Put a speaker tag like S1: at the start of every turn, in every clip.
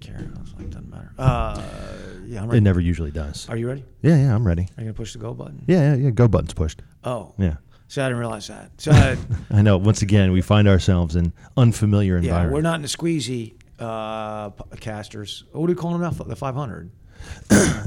S1: care. I was like, doesn't matter. Uh, yeah, I'm ready.
S2: It never usually does.
S1: Are you ready?
S2: Yeah, yeah, I'm ready.
S1: Are you gonna push the go button?
S2: Yeah, yeah, yeah. Go button's pushed.
S1: Oh,
S2: Yeah.
S1: See, I didn't realize that. So, uh, I,
S2: I know. Once again, we find ourselves in unfamiliar
S1: yeah,
S2: environment.
S1: we're not in the squeezy uh, p- casters. What do we call them now? F- The 500.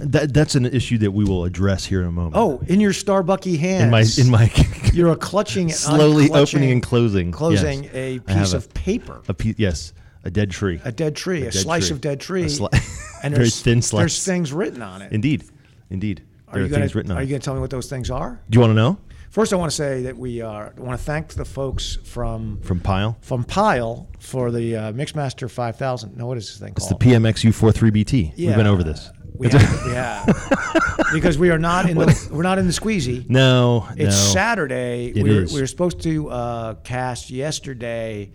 S2: That, that's an issue that we will address here in a moment.
S1: Oh, in your Starbucky hands.
S2: in my in my
S1: You're a clutching, and
S2: slowly
S1: unclutching-
S2: opening and closing,
S1: closing
S2: Yes.
S1: a
S2: I have
S1: piece
S2: a-
S1: of paper,
S2: a piece. Yes, a dead tree.
S1: a dead tree, a,
S2: dead
S1: slice
S2: tree.
S1: of dead
S2: A
S1: tree,
S2: sli-
S1: and
S2: very
S1: there's
S2: thin slice.
S1: There's things written on it.
S2: indeed, indeed.
S1: are
S2: There are,
S1: you
S2: things
S1: gonna,
S2: written on.
S1: Are
S2: it.
S1: you going to tell me what those things are?
S2: Do you want to know
S1: First, I want to say that we are, want to thank the folks from
S2: from Pile?
S1: from Pile for the uh, Mixmaster 5000. No, what is this thing
S2: It's
S1: called?
S2: the PMXU 43BT. We've been over this.
S1: Oh. We have, we have. because we are not in the we're not in the squeezy.
S2: No,
S1: It's
S2: no.
S1: Saturday.
S2: It
S1: we, were,
S2: is.
S1: we were supposed to uh, cast yesterday,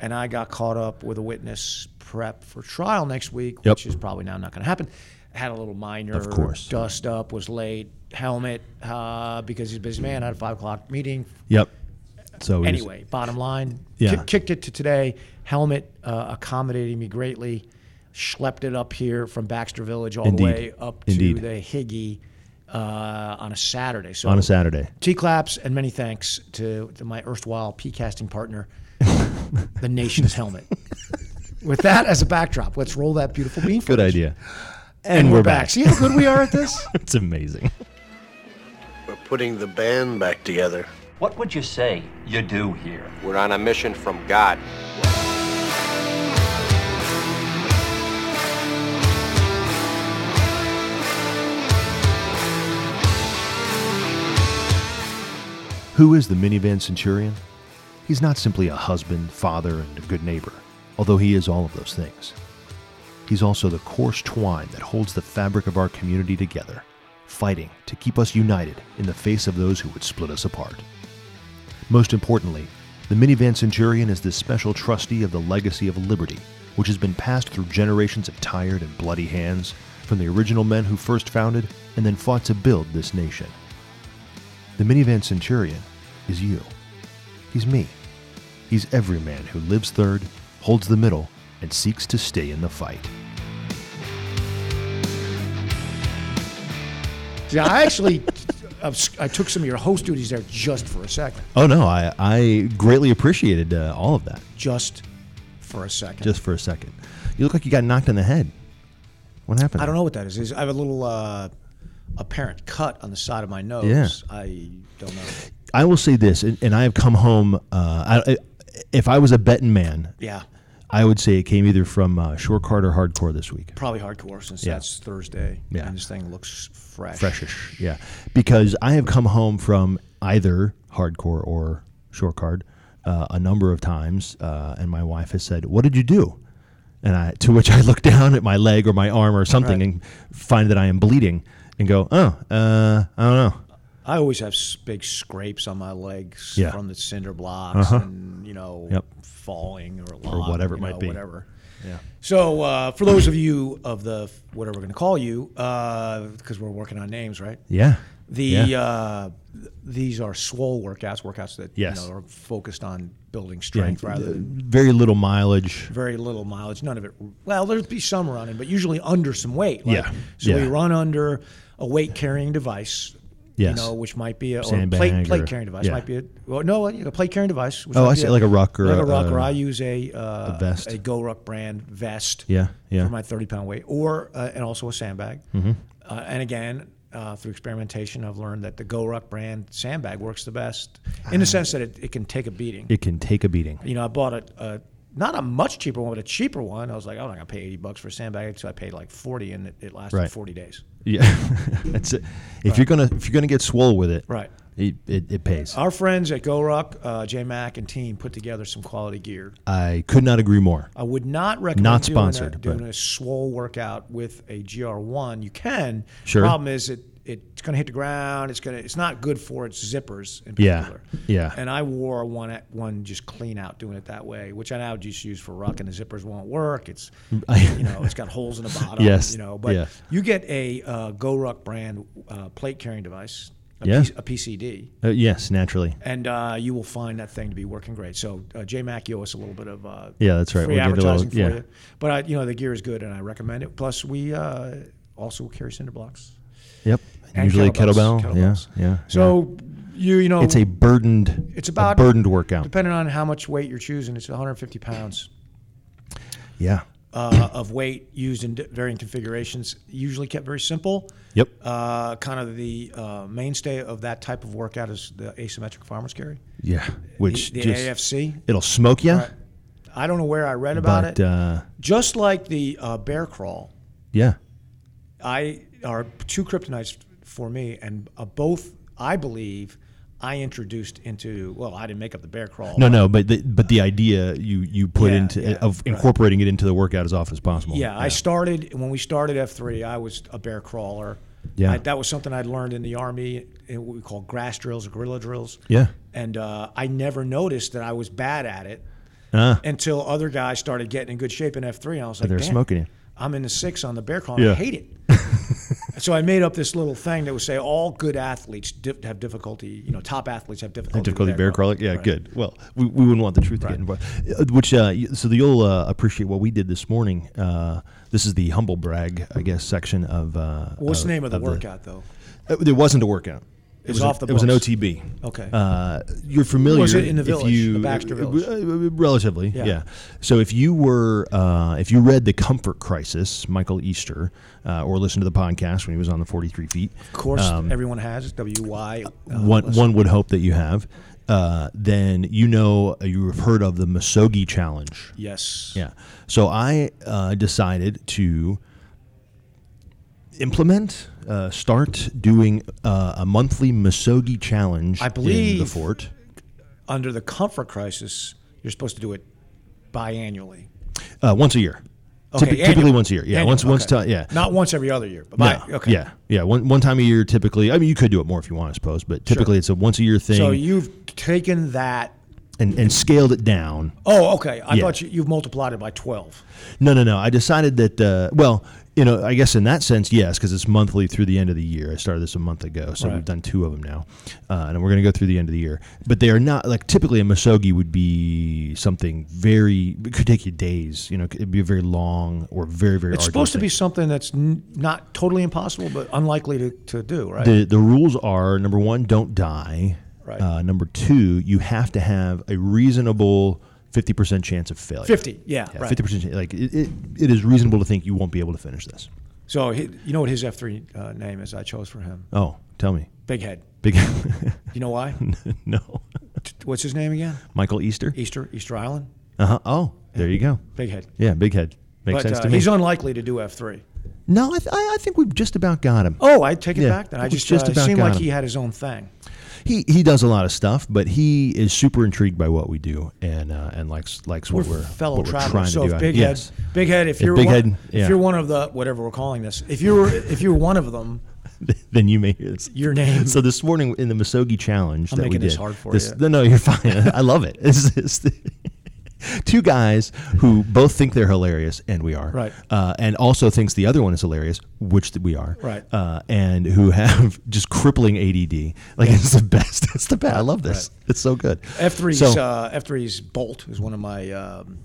S1: and I got caught up with a witness prep for trial next week,
S2: Yep.
S1: which is probably now not going to happen. Had a little minor
S2: Of course.
S1: dust up, was late, helmet uh, because he's a busy man. Had a five o'clock meeting.
S2: Yep. So we just-
S1: Anyway, bottom line,
S2: Yeah.
S1: ki- kicked it to today. Helmet uh, accommodating me greatly. Schlepped it up here from Baxter Village all
S2: Indeed.
S1: the way up to
S2: Indeed.
S1: the Higgy uh, on a Saturday. So
S2: on a Saturday.
S1: T claps and many thanks to, to my erstwhile P casting partner, the nation's helmet. With that as a backdrop, let's roll that beautiful bean.
S2: Good
S1: first.
S2: idea.
S1: And, we're, back. See how good we are at this?
S2: It's amazing.
S3: We're putting the band back together.
S4: What would you say you do here?
S5: We're on a mission from God.
S2: Who is the minivan centurion? He's not simply a husband, father, and a good neighbor, although he is all of those things. He's also the coarse twine that holds the fabric of our community together, fighting to keep us united in the face of those who would split us apart. Most importantly, the minivan centurion is the special trustee of the legacy of liberty, which has been passed through generations of tired and bloody hands from the original men who first founded and then fought to build this nation. The minivan centurion is you. He's me. He's every man who lives third, holds the middle, and seeks to stay in the fight.
S1: See, I actually uh, I took some of your host duties there just for a second.
S2: Oh no, I, I greatly appreciated uh, all of that.
S1: Just for a second.
S2: Just for a second, you look like you got knocked in the head. What happened?
S1: I don't know what that is. Is- I have a little uh, apparent cut on the side of my nose.
S2: Yeah.
S1: I don't know.
S2: I will say this, and, and I have come home. Uh, I, if I was a betting man,
S1: Yeah,
S2: I would say it came either from uh, short card or hardcore this week.
S1: probably hardcore since
S2: Yeah.
S1: that's Thursday.
S2: Yeah.
S1: and this thing looks fresh.
S2: freshish. Yeah, because I have come home from either hardcore or short card uh, a number of times, uh, and my wife has said, "What did you do?" And I, to which I look down at my leg or my arm or something,
S1: Right.
S2: and find that I am bleeding, and go, "Oh, uh, I don't know."
S1: I always have s- big scrapes on my legs
S2: Yeah.
S1: from the cinder blocks
S2: Uh-huh.
S1: and you know
S2: Yep.
S1: falling or
S2: Or whatever it might be.
S1: Whatever. Yeah. So uh, for those of you of the whatever we're going to call you, because we're working on names, right?
S2: Yeah.
S1: The
S2: Yeah.
S1: uh, th- these are swole workouts, workouts that
S2: Yes.
S1: you know, are focused on building
S2: Yeah,
S1: strength rather than
S2: very little mileage.
S1: very little mileage, none of it. Well, there'd be some running, but usually under some weight.
S2: Yeah,
S1: So we
S2: yeah.
S1: run under a weight carrying device.
S2: Yes.
S1: You know, which might be a or
S2: Sandbag
S1: plate, plate
S2: or-
S1: carrying device.
S2: yeah.
S1: Might be a well, no, a plate carrying device. Which
S2: Oh,
S1: might
S2: I
S1: be
S2: see, like a ruck or
S1: like a
S2: a-
S1: ruck, or
S2: a-
S1: I use a uh,
S2: a vest.
S1: a Go Ruck brand vest.
S2: Yeah, yeah.
S1: For my thirty pound weight, or uh, and also a sandbag. Mm-hmm. Uh, and again. Uh, through experimentation, I've learned that the Go Ruck brand sandbag works the best in
S2: Ah.
S1: the sense that it, it can take a beating
S2: It can take a beating.
S1: you know, I bought a, a not a much cheaper one, but a cheaper one. I was like, I'm not gonna pay 80 bucks for a sandbag, so I paid like 40, and it, it lasted
S2: Right.
S1: 40 days.
S2: Yeah, that's it. If you're gonna if you're gonna get swole with it,
S1: Right.
S2: It it, it pays.
S1: Our friends at GoRuck, uh, J Mac, and team put together some quality gear.
S2: I could not agree more.
S1: I would not recommend
S2: Not
S1: doing a-
S2: sponsored,
S1: doing, a,
S2: but-
S1: swole workout with a GR1. You can.
S2: Sure.
S1: Problem is it. It's going to hit the ground. It's going to. It's not good for its zippers in
S2: Yeah,
S1: particular.
S2: yeah.
S1: And I wore one at one just clean out doing it that way, which I now just use for ruck, and the zippers won't work. It's you know it's got holes in the bottom.
S2: Yes,
S1: You know, but
S2: yeah.
S1: you get a uh, GoRuck brand uh, plate carrying device. a,
S2: Yeah.
S1: P- a PCD,
S2: Uh, yes, naturally.
S1: and uh, you will find that thing to be working great. So uh, J Mac, you owe us a little bit of uh,
S2: Yeah, that's right.
S1: free
S2: We'll give it a
S1: advertising
S2: little-
S1: for
S2: yeah.
S1: you. But I, you know the gear is good, and I recommend it. Plus, we uh, also carry cinder blocks.
S2: Yep.
S1: And
S2: Usually
S1: kettlebells,
S2: kettlebell. Yeah,
S1: kettlebells.
S2: yeah. yeah.
S1: So you you know
S2: it's a burdened.
S1: it's
S2: a
S1: about-
S2: burdened workout.
S1: depending on how much weight you're choosing, it's 150 pounds.
S2: yeah.
S1: uh, of weight used in di- varying configurations, usually kept very simple.
S2: Yep.
S1: Uh, kind of the uh, mainstay of that type of workout is the asymmetric farmer's carry,
S2: Yeah. Which
S1: the, the
S2: just
S1: AFC.
S2: it'll smoke you.
S1: I don't know where I read about
S2: But
S1: it.
S2: uh,
S1: Just like the uh, bear crawl,
S2: yeah,
S1: I are two kryptonites for me, and uh, both I believe I introduced into. Well, I didn't make up the bear crawl.
S2: no, no, but the, but the idea you you put
S1: Yeah,
S2: into
S1: yeah,
S2: of
S1: right.
S2: incorporating it into the workout as often as possible.
S1: Yeah, I started when we started F three. I was a bear crawler.
S2: Yeah.
S1: I, that was something I'd learned in the army, in what we call grass drills or gorilla drills.
S2: Yeah.
S1: and uh, I never noticed that I was bad at it
S2: Ah.
S1: until other guys started getting in good shape in F three. I was like,
S2: they're
S1: "Damn,
S2: smoking you.
S1: I'm in the six on the bear crawl. and
S2: Yeah.
S1: I hate it. so I made up this little thing that would say all good athletes dif- have difficulty. You know, top athletes have difficulty. with
S2: difficulty bear crawling. Yeah,
S1: Right.
S2: good. Well, we, we wouldn't want the truth to get involved. Uh, Which uh, y- so that you'll uh, appreciate what we did this morning. Uh, this is the humble brag, I guess, section of. Uh,
S1: What's
S2: of-
S1: the name of the
S2: of
S1: workout though?
S2: Uh, there wasn't a workout. It
S1: was
S2: a-
S1: off the
S2: It was an
S1: books.
S2: OTB.
S1: Okay.
S2: Uh, you're familiar.
S1: Was it in the
S2: if
S1: village,
S2: you-
S1: the Baxter Village?
S2: Uh, Relatively, yeah.
S1: Yeah.
S2: So if you were, uh, if you read The Comfort Crisis, Michael Easter, uh, or listened to the podcast when he was on the 43 feet,
S1: Of course, everyone has it. W Y. uh,
S2: um, one, one would hope that you have, uh, then you know uh, you have heard of the Masogi Challenge.
S1: Yes.
S2: Yeah. So I uh, decided to implement, uh, start doing uh, a monthly Masogi challenge
S1: I
S2: in the
S1: believe-
S2: fort.
S1: Under the comfort crisis, you're supposed to do it biannually.
S2: Uh, once a year.
S1: Okay,
S2: Typi- typically
S1: annual.
S2: once a year. Yeah.
S1: Annual,
S2: Once, once,
S1: okay.
S2: ti- yeah.
S1: Not once every other year, but
S2: No,
S1: bi- okay.
S2: Yeah, yeah. One one time a year, typically. I mean, you could do it more if you want, I suppose. But typically, it's a once a year thing,
S1: So you've taken that.
S2: and, and scaled it down.
S1: Oh, okay. I
S2: Yeah.
S1: thought you, you've multiplied it by 12.
S2: No, no, no. I decided that. Uh, well, you know, I guess in that sense, yes, because it's monthly through the end of the year. I started this a month ago, so we've
S1: Right.
S2: done two of them now, uh, and we're going to go through the end of the year. But they are not like typically a masogi would be something very. It could take you days. You know, it'd be a very long or very very.
S1: It's
S2: arduous
S1: supposed to
S2: thing.
S1: be something that's n- not totally impossible, but unlikely to, to do, right?
S2: The the rules are number one, don't die.
S1: Right.
S2: Uh, number two, you have to have a reasonable fifty percent chance of failure.
S1: 50, yeah,
S2: Fifty
S1: right.
S2: percent. Like it, it, it is reasonable to think you won't be able to finish this.
S1: so he, you know what his F3 uh, name is I chose for him?
S2: Oh, tell me.
S1: Big Head.
S2: Big
S1: You know why?
S2: no,
S1: T- What's his name again?
S2: Michael Easter.
S1: Easter, Easter Island?
S2: Uh-huh. Oh, there you go.
S1: Big Head.
S2: Yeah, big head makes
S1: but
S2: sense
S1: uh,
S2: to me.
S1: he's unlikely to do F3.
S2: no, I, th- I I think we've just about got him.
S1: Oh, I take it
S2: Yeah,
S1: back then. I
S2: he's
S1: just,
S2: just
S1: uh, it
S2: about
S1: seemed
S2: got
S1: like
S2: him.
S1: he had his own thing.
S2: He he does a lot of stuff, but he is super intrigued by what we do and uh, and likes likes what we're,
S1: fellow
S2: what we're trying
S1: travelers.
S2: to
S1: So
S2: do.
S1: if Big
S2: yes.
S1: Head, Big Head, if,
S2: If
S1: you're
S2: Big
S1: one,
S2: Head- yeah.
S1: if you're one of the whatever we're calling this, if you're if you're one of them,
S2: then you may hear this.
S1: your name.
S2: So this morning in the Masogi challenge
S1: I'm
S2: that we
S1: making
S2: did,
S1: this hard for you.
S2: No, no, you're fine. I love it. It's, it's the- two guys who both think they're hilarious, and we are,
S1: Right.
S2: Uh, and also thinks the other one is hilarious, which th- we are,
S1: Right.
S2: Uh, and who have just crippling ADD. Like it's the best. It's the best. I love this. It's so good.
S1: F 3s
S2: So-
S1: uh, F 3s Bolt is one of my um,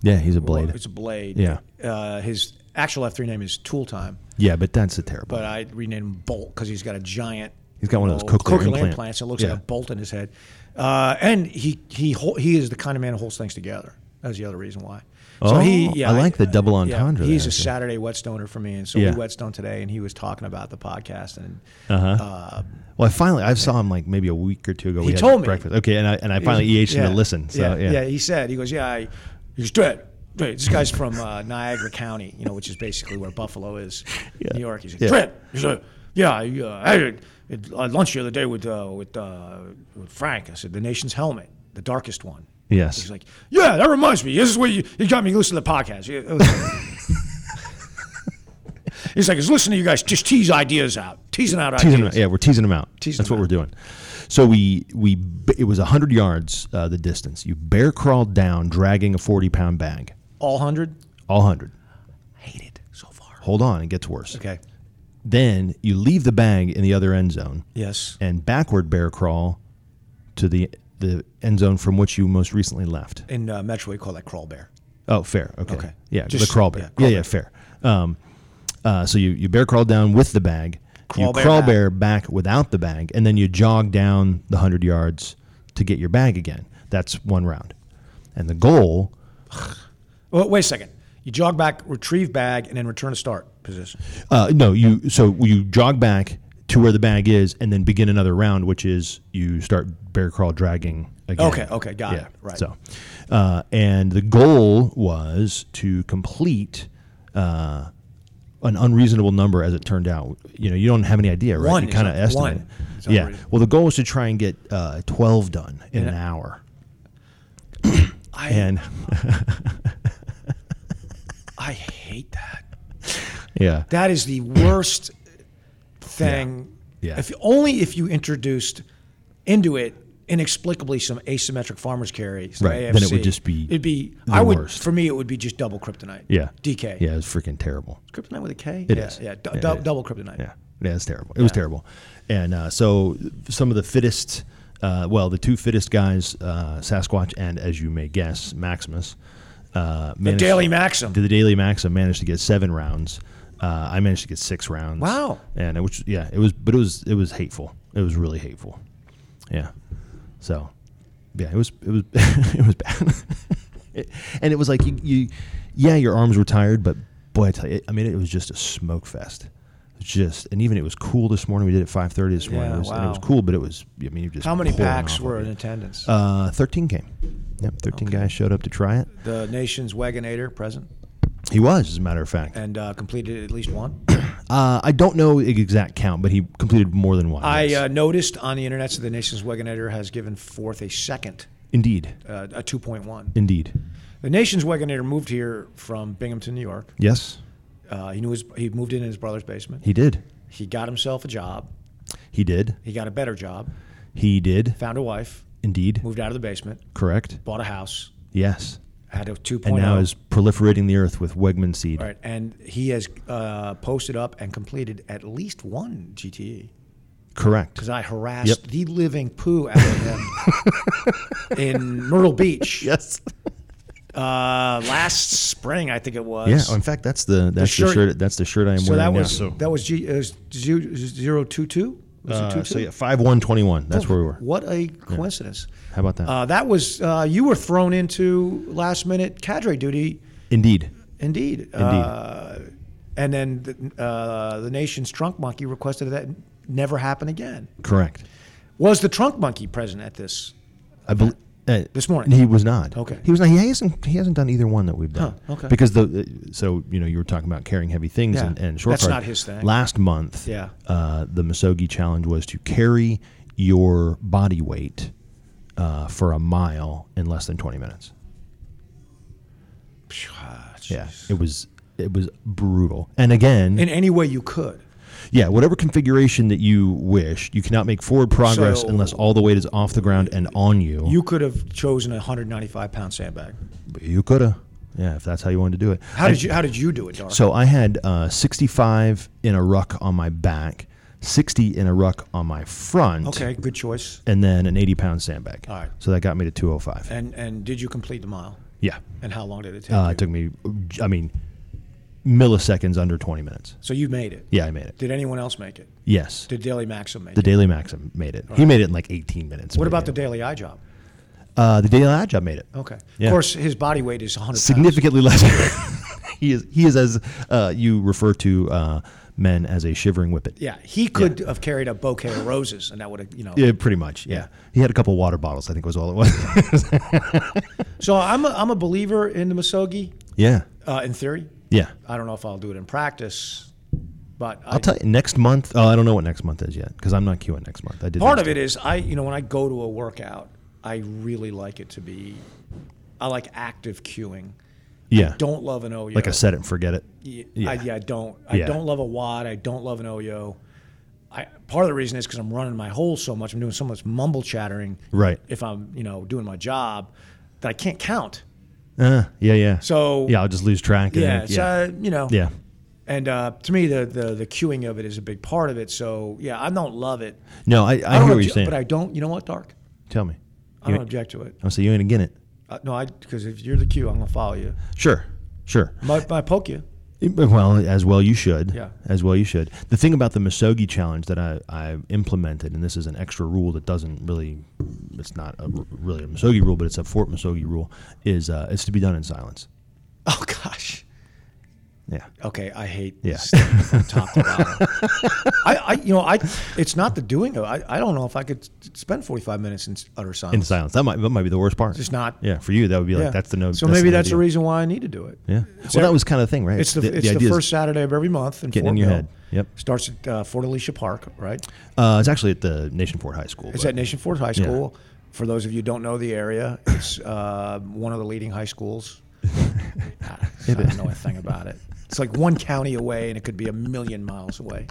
S2: yeah, he's a blade.
S1: It's a blade.
S2: Yeah.
S1: Uh, his actual F three name is Tool Time,
S2: yeah, but that's a terrible.
S1: but I renamed him Bolt because he's got a giant.
S2: He's got one of those
S1: you know,
S2: cochlear implant.
S1: implants. It looks
S2: Yeah.
S1: like a bolt in his head, uh, and he he hol- he is the kind of man who holds things together. That's the other reason why.
S2: Oh, I like the double
S1: yeah,
S2: entendre
S1: he's
S2: there,
S1: a
S2: so.
S1: Saturday whetstoner for me, and so
S2: Yeah.
S1: we whetstone today, and he was talking about the podcast, and
S2: Uh-huh.
S1: uh,
S2: Well, I finally I saw him like maybe a week or two ago. we had
S1: told me.
S2: breakfast. Okay, and I and I finally EH'd him to listen. So yeah,
S1: He said he goes, yeah, I, he's dead. Right. This guy's from uh, Niagara County, you know, which is basically where Buffalo is, New York. He's like,
S2: Yeah.
S1: Trent. He's like, yeah, I, uh, I had had lunch the other day with uh, with, uh, with Frank. I said, the nation's helmet, the darkest one.
S2: Yes.
S1: He's like, yeah, that reminds me. This is where you, you got me listening to the podcast. Yeah, it was- He's like, I was listening to you guys just tease ideas out, teasing out
S2: teasing
S1: ideas.
S2: them, yeah, we're teasing them out.
S1: Teasing
S2: That's what
S1: them
S2: we're doing. So we we b- it was hundred yards uh, the distance. You bear crawled down, dragging a forty pound bag,
S1: All hundred.
S2: all hundred.
S1: Hate it so far.
S2: Hold on, it gets worse.
S1: Okay.
S2: Then you leave the bag in the other end zone
S1: Yes.
S2: and backward bear crawl to the the end zone from which you most recently left.
S1: In uh, Metro, we call that crawl bear.
S2: Oh, fair. Okay.
S1: Okay.
S2: Yeah,
S1: Just-
S2: the crawl bear.
S1: yeah,
S2: Yeah,
S1: crawl
S2: yeah, fair. Um, uh, so you, you bear crawl down with the bag.
S1: Crawl
S2: you
S1: bear
S2: crawl
S1: back.
S2: bear back without the bag, and then you jog down the 100 yards to get your bag again. That's one round. And the goal,
S1: Well, wait a second. You jog back, retrieve bag, and then return to start position.
S2: uh, no, you so you jog back to where the bag is, and then begin another round, which is you start bear crawl dragging again.
S1: Okay, okay, got it. Right.
S2: So, uh, and the goal was to complete uh, an unreasonable number, as it turned out. You know, you don't have any idea, right?
S1: One
S2: you
S1: is
S2: kind of
S1: un-
S2: estimate.
S1: one is
S2: Yeah.
S1: unreasonable.
S2: Well, the goal was to try and get uh, twelve done in an hour,
S1: I
S2: and
S1: I hate that.
S2: yeah,
S1: That is the worst thing.
S2: Yeah. Yeah.
S1: If only if you introduced into it inexplicably some asymmetric farmers carry, some
S2: Right,
S1: AFC,
S2: then it would just be
S1: it'd be
S2: the
S1: I would
S2: worst.
S1: for me it would be just double kryptonite.
S2: yeah,
S1: DK.
S2: Yeah, it was freaking terrible.
S1: Kryptonite with a K.
S2: It
S1: yeah,
S2: is.
S1: yeah, du-
S2: Yeah,
S1: du-
S2: it is.
S1: double kryptonite.
S2: Yeah, yeah, it's terrible. It was terrible, and uh, so some of the fittest, uh, well, the two fittest guys, uh, Sasquatch and, as you may guess, Maximus. Uh,
S1: The
S2: managed-
S1: Daily Maxim.
S2: to the Daily Maxim managed to get seven rounds. Uh, I managed to get six rounds.
S1: Wow.
S2: And it, which yeah, it was but it was it was hateful. It was really hateful. Yeah. So yeah, it was it was it was bad. It- and it was like you, you yeah, your arms were tired, but boy, I tell you, I mean, it was just a smoke fest. Just and even it was cool this morning. We did it five thirty this morning.
S1: Yeah,
S2: it was, and it
S1: wow.
S2: was cool, but it was I mean, you just
S1: How many
S2: pouring
S1: packs
S2: off
S1: were
S2: of
S1: in
S2: it.
S1: attendance?
S2: Uh, thirteen came. Yep, thirteen guys showed up to try it.
S1: the nation's Wagonator present
S2: He was, as a matter of fact.
S1: and uh, completed at least one.
S2: Uh, I don't know the exact count, but he completed more than one.
S1: I
S2: yes.
S1: uh, noticed on the internet that the nation's Wagonator has given forth a second,
S2: indeed,
S1: uh, a 2.1.
S2: indeed,
S1: The nation's Wagonator moved here from Binghamton, New York.
S2: yes,
S1: Uh, he knew his, he moved in in his brother's basement.
S2: he did,
S1: He got himself a job.
S2: he did,
S1: He got a better job.
S2: he did,
S1: Found a wife.
S2: indeed,
S1: Moved out of the basement.
S2: correct,
S1: Bought a house.
S2: yes,
S1: Had a 2.0.
S2: and now is proliferating the earth with Wegman seed.
S1: Right, and he has uh, posted up and completed at least one GTE.
S2: Correct.
S1: because I harassed
S2: Yep.
S1: the living poo out of him in Myrtle Beach
S2: Yes.
S1: uh, last spring, I think it was.
S2: Yeah. In fact, that's the that's the shirt.
S1: shirt-
S2: that's the shirt I am
S1: so
S2: wearing
S1: that was
S2: now.
S1: that was G, uh, zero, zero two two. Was
S2: Uh,
S1: it two
S2: so yeah, five one twenty one. That's where we were.
S1: What a coincidence!
S2: How about that?
S1: Uh, that was uh, you were thrown into last minute cadre duty,
S2: indeed.
S1: indeed. Indeed. Uh, and then the, uh, the nation's trunk monkey requested that never happen again.
S2: Correct.
S1: Was the trunk monkey present at this?
S2: I believe uh,
S1: This morning?
S2: he was not.
S1: Okay.
S2: he was not. He hasn't. He hasn't done either one that we've done.
S1: Huh, okay.
S2: because the uh, so you know you were talking about carrying heavy things
S1: Yeah.
S2: and, and short.
S1: That's
S2: card.
S1: not his thing.
S2: Last month,
S1: Yeah.
S2: uh, the Misogi challenge was to carry your body weight uh, for a mile in less than twenty minutes. Yeah, it was it was brutal. And again,
S1: In any way you could.
S2: yeah, whatever configuration that you wish, you cannot make forward progress
S1: So-
S2: unless all the weight is off the ground and on you.
S1: You could have chosen a 195 pound sandbag.
S2: You coulda. Yeah, if that's how you wanted to do it.
S1: How
S2: I-
S1: did you How did you do it, Dar?
S2: So I had uh, 65 in a ruck on my back, 60 in a ruck on my front,
S1: okay, good choice.
S2: and then an 80 pound sandbag.
S1: All right.
S2: So that got me to 205.
S1: And and did you complete the mile?
S2: yeah.
S1: And how long did it take?
S2: Uh,
S1: you?
S2: it took me, I mean, milliseconds under 20 minutes.
S1: so you made it.
S2: Yeah, I made it.
S1: Did anyone else make it?
S2: yes.
S1: Did Daily Maxim make
S2: the
S1: it?
S2: Daily Maxim made it. He made it in like 18 minutes.
S1: What about the Oh, Daily Eye Job?
S2: Uh, the Daily Ad Job made it.
S1: Okay.
S2: Yeah.
S1: Of course, his body weight is 100
S2: significantly less. he is he is as uh, you refer to uh, men as a shivering whippet.
S1: Pounds. Yeah, he could have carried a bouquet of roses, and that would have you know.
S2: Yeah, pretty much. Yeah, he had a couple water bottles. I think was all it was.
S1: So I'm a, I'm a believer in the Masogi,
S2: yeah,
S1: uh, in theory.
S2: yeah.
S1: I don't know if I'll do it in practice, but
S2: I'll tell you next month. Oh, I don't know what next month is yet because I'm not queuing next month. I did
S1: Part of
S2: next
S1: it is I, you know, when I go to a workout, I really like it to be, I like active cueing.
S2: Yeah,
S1: Don't love an E OYO.
S2: like I set it and forget it.
S1: Y-
S2: yeah.
S1: I, yeah, I don't. I
S2: Yeah.
S1: don't love a wad. I don't love an OYO. I, part of the reason is because I'm running my hole so much. I'm doing so much mumble chattering.
S2: Right.
S1: If I'm, you know, doing my job, that I can't count.
S2: Uh, yeah, yeah.
S1: So
S2: yeah, I'll just lose track. and
S1: yeah,
S2: then-
S1: so, you know,
S2: yeah,
S1: And uh, to me, the, the the queuing of it is a big part of it. So yeah, I don't love it.
S2: No, I, I,
S1: don't
S2: hear what
S1: obje-
S2: you're saying.
S1: but I don't. You know what, Dark?
S2: Tell me.
S1: I don't object to it.
S2: I say you ain't getting it.
S1: Uh, no, I because if you're the queue, I'm gonna follow you.
S2: Sure, sure.
S1: Might, might poke you.
S2: Well, as well you should.
S1: Yeah.
S2: As well you should. The thing about the Misogi challenge that I, I implemented, and this is an extra rule that doesn't really, it's not a, really a Misogi rule, but it's a Fort Misogi rule, is uh, it's to be done in silence.
S1: Oh gosh.
S2: Yeah.
S1: Okay, I hate
S2: Yeah.
S1: this thing from top to bottom. I, I, you know, I. It's not the doing of. it. I, I don't know if I could spend 45 minutes in utter silence.
S2: In silence. That might that might be the worst part.
S1: Just not-
S2: Yeah. For you, that would be like
S1: Yeah.
S2: that's the no.
S1: So maybe
S2: the no
S1: that's the
S2: deal.
S1: reason why I need to do it.
S2: Yeah.
S1: It's
S2: well, that
S1: every-
S2: was kind of the thing, right?
S1: It's the, it's the,
S2: idea is-
S1: first Saturday of every month in
S2: Getting
S1: Fort
S2: in your
S1: Mill.
S2: head. Yep.
S1: Starts at uh, Fort Alicia Park, right?
S2: Uh, it's actually at the Nation Fort High School.
S1: It's
S2: but-
S1: at Nation Ford High School. For those of you who don't know the area, it's uh, one of the leading high schools. I don't know a thing about it. It's like one county away, and it could be a million miles away.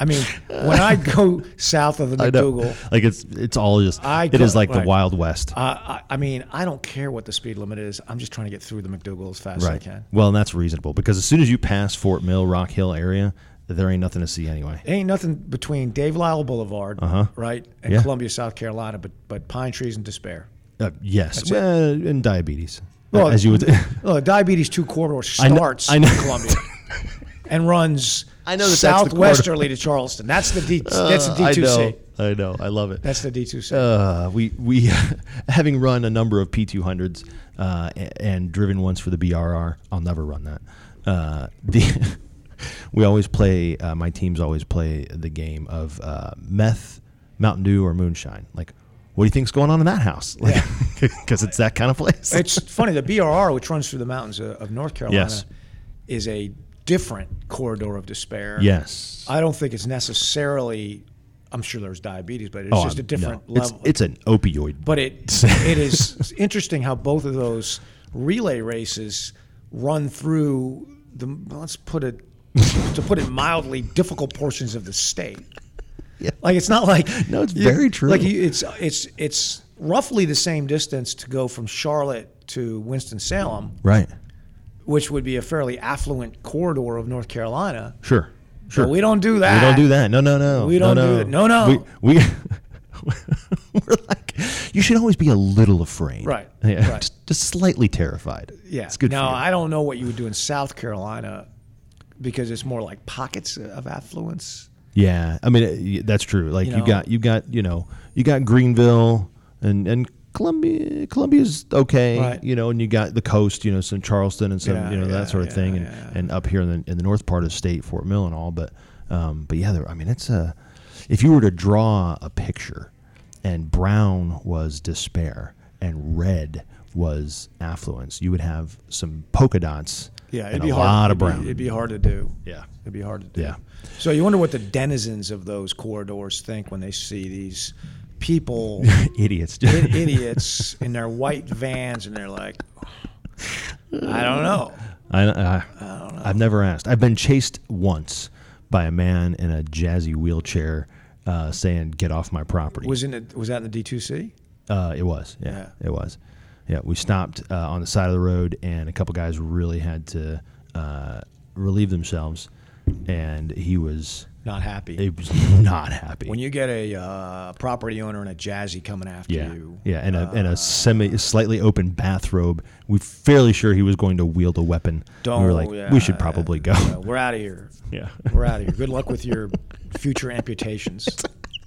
S1: I mean, when I go south of the
S2: I know.
S1: McDougal,
S2: Like it's it's all just.
S1: I
S2: it is
S1: go-
S2: like the
S1: right.
S2: Wild West.
S1: uh, I, I mean, I don't care what the speed limit is. I'm just trying to get through the McDougal as fast as I
S2: Right.
S1: can.
S2: Well, and that's reasonable because as soon as you pass Fort Mill, Rock Hill area, there ain't nothing to see anyway.
S1: Ain't nothing between Dave Lyle Boulevard, right, and
S2: Uh-huh. Yeah.
S1: Columbia, South Carolina, but but pine trees and despair.
S2: Uh, yes, well, and diabetes.
S1: Well,
S2: as you would.
S1: Well, diabetes two corridor
S2: I know-
S1: starts
S2: I know-
S1: in Columbia and runs
S2: I know that that's the corridor. Uh,
S1: southwesterly to Charleston. That's the D. that's the
S2: I
S1: D two
S2: know.
S1: C.
S2: I know. I love it.
S1: That's the D two C.
S2: Uh, we we having run a number of P200s uh, a- and driven once for the BRR. I'll never run that. Uh, the we always play. Uh, my teams always play the game of uh, meth, Mountain Dew, or moonshine. Like, what do you think's going on in that house? Like, because it's that kind of place.
S1: it's funny the BRR, which runs through the mountains of, of North Carolina,
S2: Yes.
S1: is a different corridor of despair.
S2: yes.
S1: I don't think it's necessarily. I'm sure there's diabetes, but it's
S2: Oh,
S1: just
S2: I'm-
S1: a different
S2: no.
S1: level.
S2: It's, it's an opioid.
S1: but it it is interesting how both of those relay races run through the let's put it to put it mildly difficult portions of the state.
S2: Yeah.
S1: Like it's not like
S2: No, it's very true.
S1: Like you- it's it's it's roughly the same distance to go from Charlotte to Winston Salem,
S2: right.
S1: which would be a fairly affluent corridor of North Carolina.
S2: Sure. Sure.
S1: But we don't do that.
S2: We don't do that. No, no, no.
S1: We don't do that. No, no.
S2: We, we we're like, you should always be a little afraid,
S1: Right,
S2: Yeah,
S1: right.
S2: Just, just slightly terrified.
S1: Yeah.
S2: it's good.
S1: now
S2: for you.
S1: I don't know what you would do in South Carolina because it's more like pockets of affluence.
S2: yeah, I mean uh, y- that's true. Like you,
S1: You know.
S2: got, you got, you know, you got Greenville and and Columbia. Columbia's okay,
S1: Right.
S2: you know, and you got the coast, you know, some Charleston and some,
S1: Yeah,
S2: you know,
S1: yeah,
S2: that sort of
S1: yeah,
S2: thing, and,
S1: yeah.
S2: and up here in the in the north part of the state, Fort Mill and all. But um, but yeah, there, I mean, it's a if you were to draw a picture, and brown was despair, and red was affluence, you would have some polka dots.
S1: Yeah, it'd
S2: and
S1: be
S2: a
S1: hard.
S2: lot of
S1: it'd be-
S2: brown.
S1: It'd be hard to do.
S2: Yeah.
S1: it'd be hard to do.
S2: Yeah.
S1: So you wonder what the denizens of those corridors think when they see these people,
S2: idiots.
S1: i- idiots, in their white vans, and they're like, I don't know.
S2: I, I, I've never asked. I've been chased once by a man in a jazzy wheelchair uh, saying, "Get off my property."
S1: Was in it? Was that in the D two C?
S2: uh, it was, yeah,
S1: Yeah.
S2: it was. Yeah, we stopped uh, on the side of the road, and a couple guys really had to uh, relieve themselves, and he was
S1: Not happy.
S2: he was not happy.
S1: when you get a uh, property owner and a jazzy coming after
S2: yeah,
S1: you,
S2: yeah, and a and a semi slightly open bathrobe. We're fairly sure he was going to wield a weapon.
S1: don't.
S2: we were like,
S1: yeah,
S2: we should probably go.
S1: yeah, we're out of here.
S2: Yeah.
S1: We're out of here. Good luck with your future amputations.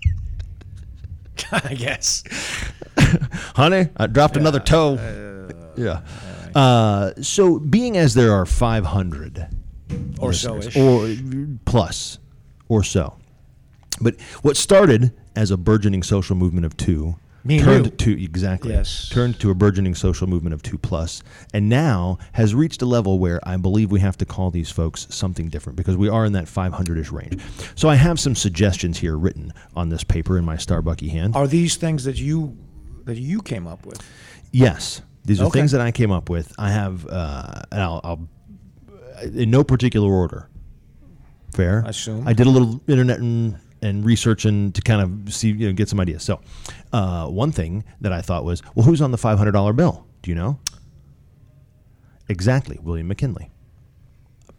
S1: I guess.
S2: honey, I dropped another toe. yeah. Uh, so, being as there are 500
S1: Or so ish.
S2: or plus or so, but what started as a burgeoning social movement of two
S1: Me and
S2: turned
S1: you.
S2: to exactly
S1: Yes.
S2: turned to a burgeoning social movement of two plus, and now has reached a level where I believe we have to call these folks something different because we are in that 500ish range. So, I have some suggestions here written on this paper in my Starbucky hand.
S1: Are these things that you that you came up with?
S2: Yes, these are
S1: Okay.
S2: things that I came up with. I have, uh, and I'll, I'll in no particular order. Fair. I
S1: assume.
S2: I did a little internet and, and researching to kind of see, you know, get some ideas. So, uh, one thing that I thought was, well, who's on the five hundred dollar bill? Do you know? Exactly, William McKinley.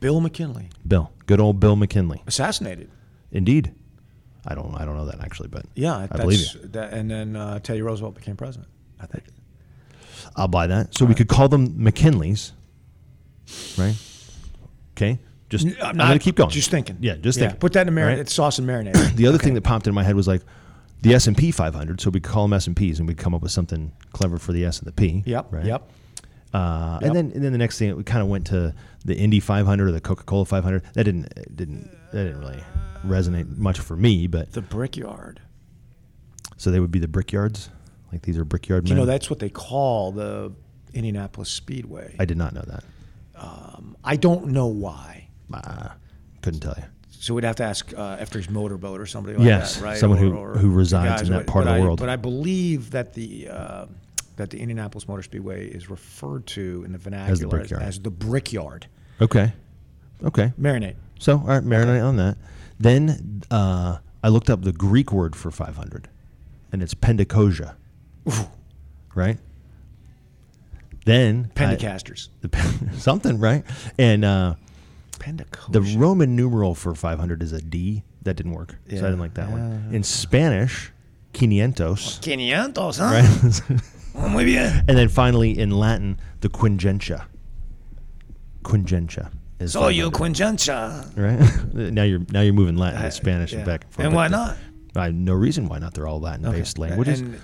S1: Bill McKinley,
S2: Bill, good old Bill McKinley.
S1: assassinated.
S2: Indeed, I don't I don't know that actually, but
S1: Yeah,
S2: I
S1: that's,
S2: believe you.
S1: That, and then uh, Teddy Roosevelt became president. I think.
S2: I'll buy that. So we could call them McKinleys, right? Okay, just I'm, gonna keep going.
S1: Just thinking.
S2: Yeah, just thinking.
S1: Put that in a marinade.
S2: Right?
S1: It's sauce and marinade.
S2: The other thing that popped into my head was like the S and P 500. So we could call them S and Ps, and we'd come up with something clever for the S and the P.
S1: yep.
S2: Right?
S1: Yep.
S2: Uh, And then and then the next thing we kind of went to the Indy 500 or the Coca Cola 500. That didn't it didn't that didn't really resonate much for me. But
S1: The Brickyard.
S2: so they would be the brickyards. Like these are brickyard.
S1: You know
S2: men?
S1: that's what they call the Indianapolis Speedway.
S2: I did not know that.
S1: I don't know why.
S2: Ah, couldn't tell you.
S1: So we'd have to ask uh, if there's motorboat or somebody like
S2: Yes,
S1: that, right?
S2: someone
S1: Or-
S2: who-
S1: or
S2: who resides
S1: guys,
S2: in
S1: but-
S2: that part of
S1: but
S2: the
S1: I-
S2: world.
S1: But I believe that the uh, that the Indianapolis Motor Speedway is referred to in the vernacular
S2: Brickyard.
S1: as the brickyard.
S2: Okay, okay.
S1: Marinate.
S2: So, all right, marinate on that. Then uh, I looked up the Greek word for 500, and it's pendakosia, right? Then I-
S1: Pendicasters.
S2: the pen- something right, and uh,
S1: Pendicotia.
S2: the Roman numeral for 500 is a D. That didn't work, so I
S1: Yeah,
S2: didn't like that one. In Spanish, quinientos,
S1: 500, huh? Oh,
S2: right?
S1: Muy bien.
S2: and then finally in Latin, the quingentia. Quingentia is
S1: So you
S2: 500.
S1: quingentia.
S2: right? now you're now you're moving Latin
S1: Uh,
S2: to Spanish
S1: yeah.
S2: and back and forth.
S1: And why
S2: But
S1: not?
S2: I no reason why not. They're all Latin-based languages.
S1: And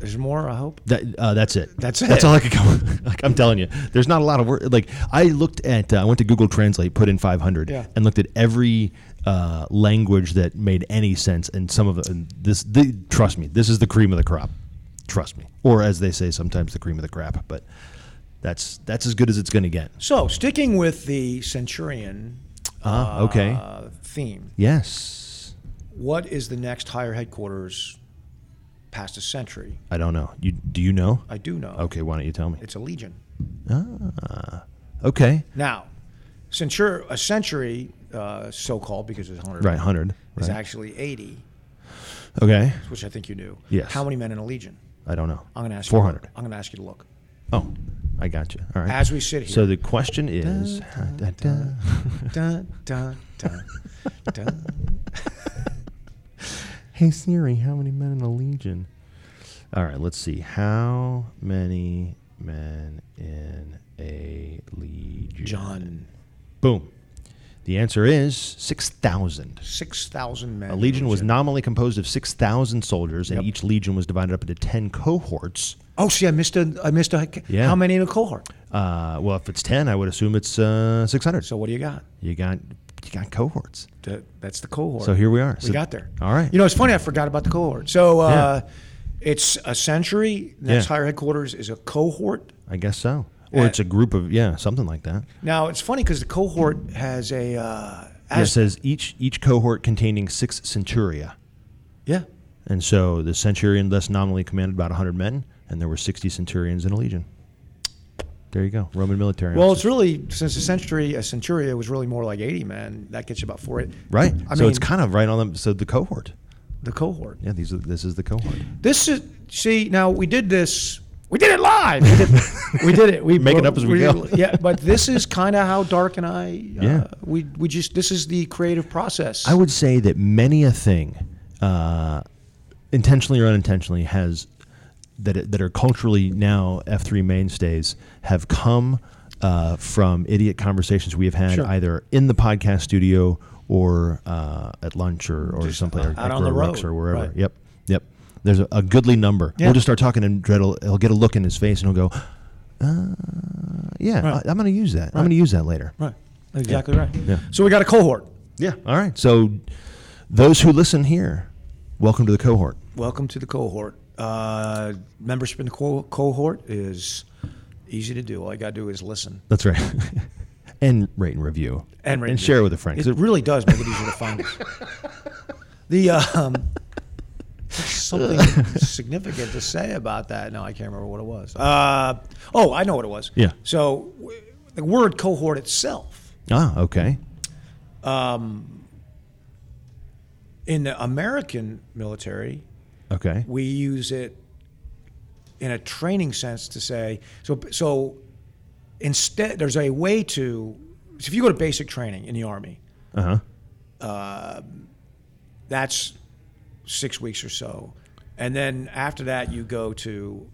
S1: there's more, I hope.
S2: that, uh, that's it.
S1: That's it.
S2: That's all I could come. like I'm telling you, there's not a lot of word. Like I looked at, uh, I went to Google Translate, put in 500,
S1: Yeah.
S2: and looked at every uh, language that made any sense. And some of it, and this, the, trust me, this is the cream of the crop. Trust me, or as they say, sometimes the cream of the crap. But that's that's as good as it's going to get.
S1: So sticking with the centurion
S2: Ah, okay.
S1: uh, theme,
S2: Yes.
S1: what is the next higher headquarters past a century?
S2: I don't know. You do you know?
S1: I do know.
S2: Okay, why don't you tell me?
S1: It's a legion.
S2: Okay.
S1: Now, centur- a century, uh, so called because it's 100,
S2: Right, 100.
S1: is
S2: Right.
S1: actually 80,
S2: Okay.
S1: which I think you knew.
S2: Yes.
S1: How many men in a legion?
S2: I don't know.
S1: I'm going to ask you to look.
S2: 400.
S1: I'm going to ask you to look.
S2: Oh, I got you. All right.
S1: As we sit here.
S2: So the question is da, da,
S1: dun, dun, dun, dun.
S2: Hey Siri, how many men in the legion? All right, let's see. How many men in a legion?
S1: John,
S2: Boom. The answer is 6,000.
S1: 6,000 men.
S2: A legion was
S1: not.
S2: nominally composed of 6,000 soldiers, and
S1: Yep.
S2: each legion was divided up into 10 cohorts.
S1: Oh, see, I missed a, I missed a,
S2: Yeah.
S1: how many in a cohort?
S2: Uh, well, if it's 10, I would assume it's uh, 600.
S1: So what do you got?
S2: You got you got cohorts.
S1: That- that's the cohort.
S2: So here we are.
S1: We
S2: So-
S1: got there.
S2: All right.
S1: You know, it's funny. I forgot about the cohort. So uh, it's a century. Next
S2: Yeah.
S1: higher headquarters is a cohort.
S2: I guess so. Or
S1: Uh,
S2: it's a group of yeah, something like that.
S1: Now it's funny because the cohort has a. Uh,
S2: Yeah, it
S1: as-
S2: says each each cohort containing six centuria,
S1: yeah.
S2: and so the centurion thus nominally commanded about hundred men, and there were sixty centurions in a legion. There you go, Roman military.
S1: Well, it's
S2: officers.
S1: really since the century a centuria was really more like eighty men. That gets you about four.
S2: right.
S1: I
S2: so
S1: mean,
S2: it's kind of right on them. So the cohort.
S1: the cohort.
S2: Yeah, these are, this is the cohort.
S1: This is see now we did this. We did it live. We did, we did it. We
S2: Make it up as we go.
S1: Yeah, but this is kind of how Dark and I. Uh,
S2: Yeah.
S1: We we just this is the creative process.
S2: I would say that many a thing, uh, intentionally or unintentionally, has that that are culturally now F three mainstays have come uh, from idiot conversations we have had
S1: Sure.
S2: either in the podcast studio or uh, at lunch or, or someplace or
S1: out
S2: at
S1: on the
S2: Grow Rocks
S1: road,
S2: or wherever.
S1: right.
S2: Yep, yep. There's a, a goodly number.
S1: Yeah.
S2: We'll just start talking, and Dredd'll he'll get a look in his face, and he'll go, uh, "Yeah,
S1: Right.
S2: I, am going to use that. I'm going to use that later."
S1: Right. Exactly right.
S2: Yeah.
S1: So we got a cohort.
S2: Yeah. All right. So, those who listen here, welcome to the cohort.
S1: Welcome to the cohort. Uh, membership in the co- cohort is easy to do. All you got to do is listen
S2: That's right. and rate and review.
S1: and, rate
S2: share with a friend. 'cause
S1: It really does make it easier to find us. The um, something significant to say about that. No, I can't remember what it was. Uh, oh, I know what it was.
S2: Yeah.
S1: So w- the word cohort itself
S2: ah, okay.
S1: in the American military
S2: Okay.
S1: we use it in a training sense to say so so instead there's a way to so if you go to basic training in the army, um,
S2: Uh huh.
S1: that's six weeks or so, and then after that you go to.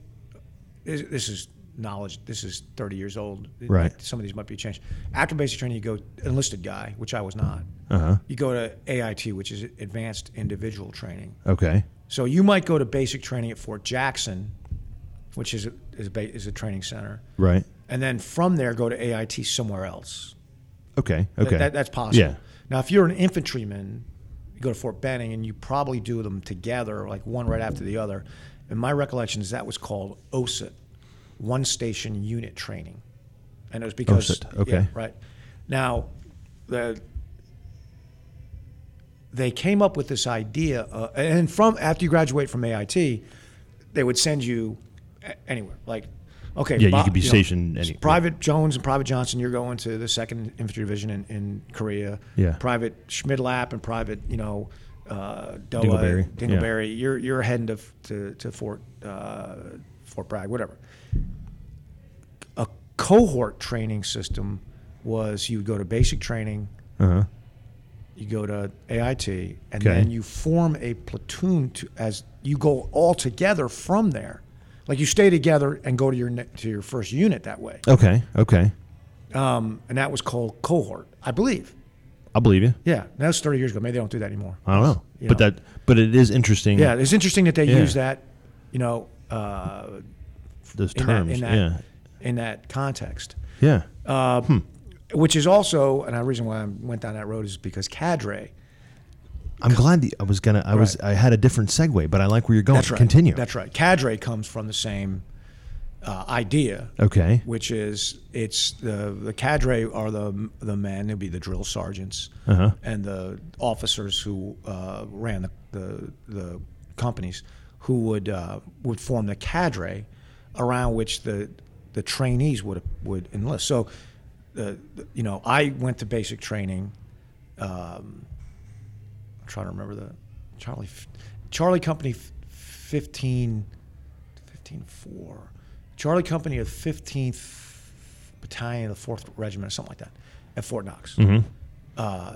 S1: This this is knowledge. This is thirty years old.
S2: Right.
S1: Some of these might be changed. After basic training, you go enlisted guy, which I was not.
S2: Uh huh.
S1: You go to AIT, which is advanced individual training.
S2: Okay.
S1: So you might go to basic training at Fort Jackson, which is a, is a, ba- is a training center,
S2: Right.
S1: and then from there go to AIT somewhere else.
S2: Okay.
S1: Th-
S2: Okay.
S1: that- that's possible.
S2: Yeah.
S1: Now, if you're an infantryman, you go to Fort Benning, and you probably do them together, like one right after the other. And my recollection is that was called OSIT, One Station Unit Training, and it was because
S2: OSIT,
S1: yeah,
S2: okay.
S1: right now the they came up with this idea, uh, and from after you graduate from AIT, they would send you a- anywhere. Like, okay,
S2: Yeah, you
S1: Bob-
S2: could be
S1: know,
S2: stationed any-
S1: Private Jones and Private Johnson, you're going to the Second Infantry Division in, in Korea.
S2: Yeah.
S1: Private Schmidlap and Private, you know, uh, Doa,
S2: Dingleberry, yeah.
S1: Dingleberry. You're you're heading to f- to, to Fort uh, Fort Bragg, whatever. A cohort training system was you would go to basic training
S2: Uh huh.
S1: you go to AIT, and
S2: Okay.
S1: then you form a platoon to, as you go all together from there. Like you stay together and go to your ne- to your first unit that way,
S2: Okay. Okay.
S1: um, and that was called cohort, I believe.
S2: I believe you.
S1: Yeah, that was thirty years ago. Maybe they don't do that anymore.
S2: I don't know,
S1: You
S2: but
S1: know.
S2: that but it is interesting.
S1: Yeah, it's interesting that they
S2: Yeah.
S1: use that, you know, uh,
S2: Those
S1: in
S2: terms.
S1: that in that Uh, in that context.
S2: yeah. Yeah.
S1: Which is also, and the reason why I went down that road is because cadre.
S2: I'm glad the, I was gonna. I was. I had a different segue, but I like where you're going.
S1: That's right.
S2: Continue.
S1: That's right. Cadre comes from the same uh, idea.
S2: Okay.
S1: which is it's the the cadre are the the men who'd be the drill sergeants
S2: Uh-huh.
S1: and the officers who uh, ran the, the the companies who would uh, would form the cadre around which the the trainees would would enlist. So, uh, you know, I went to basic training. Um, I'm trying to remember the Charlie F- Charlie Company f- 15 15 4 Charlie Company of 15th Battalion of the 4th Regiment or something like that at Fort Knox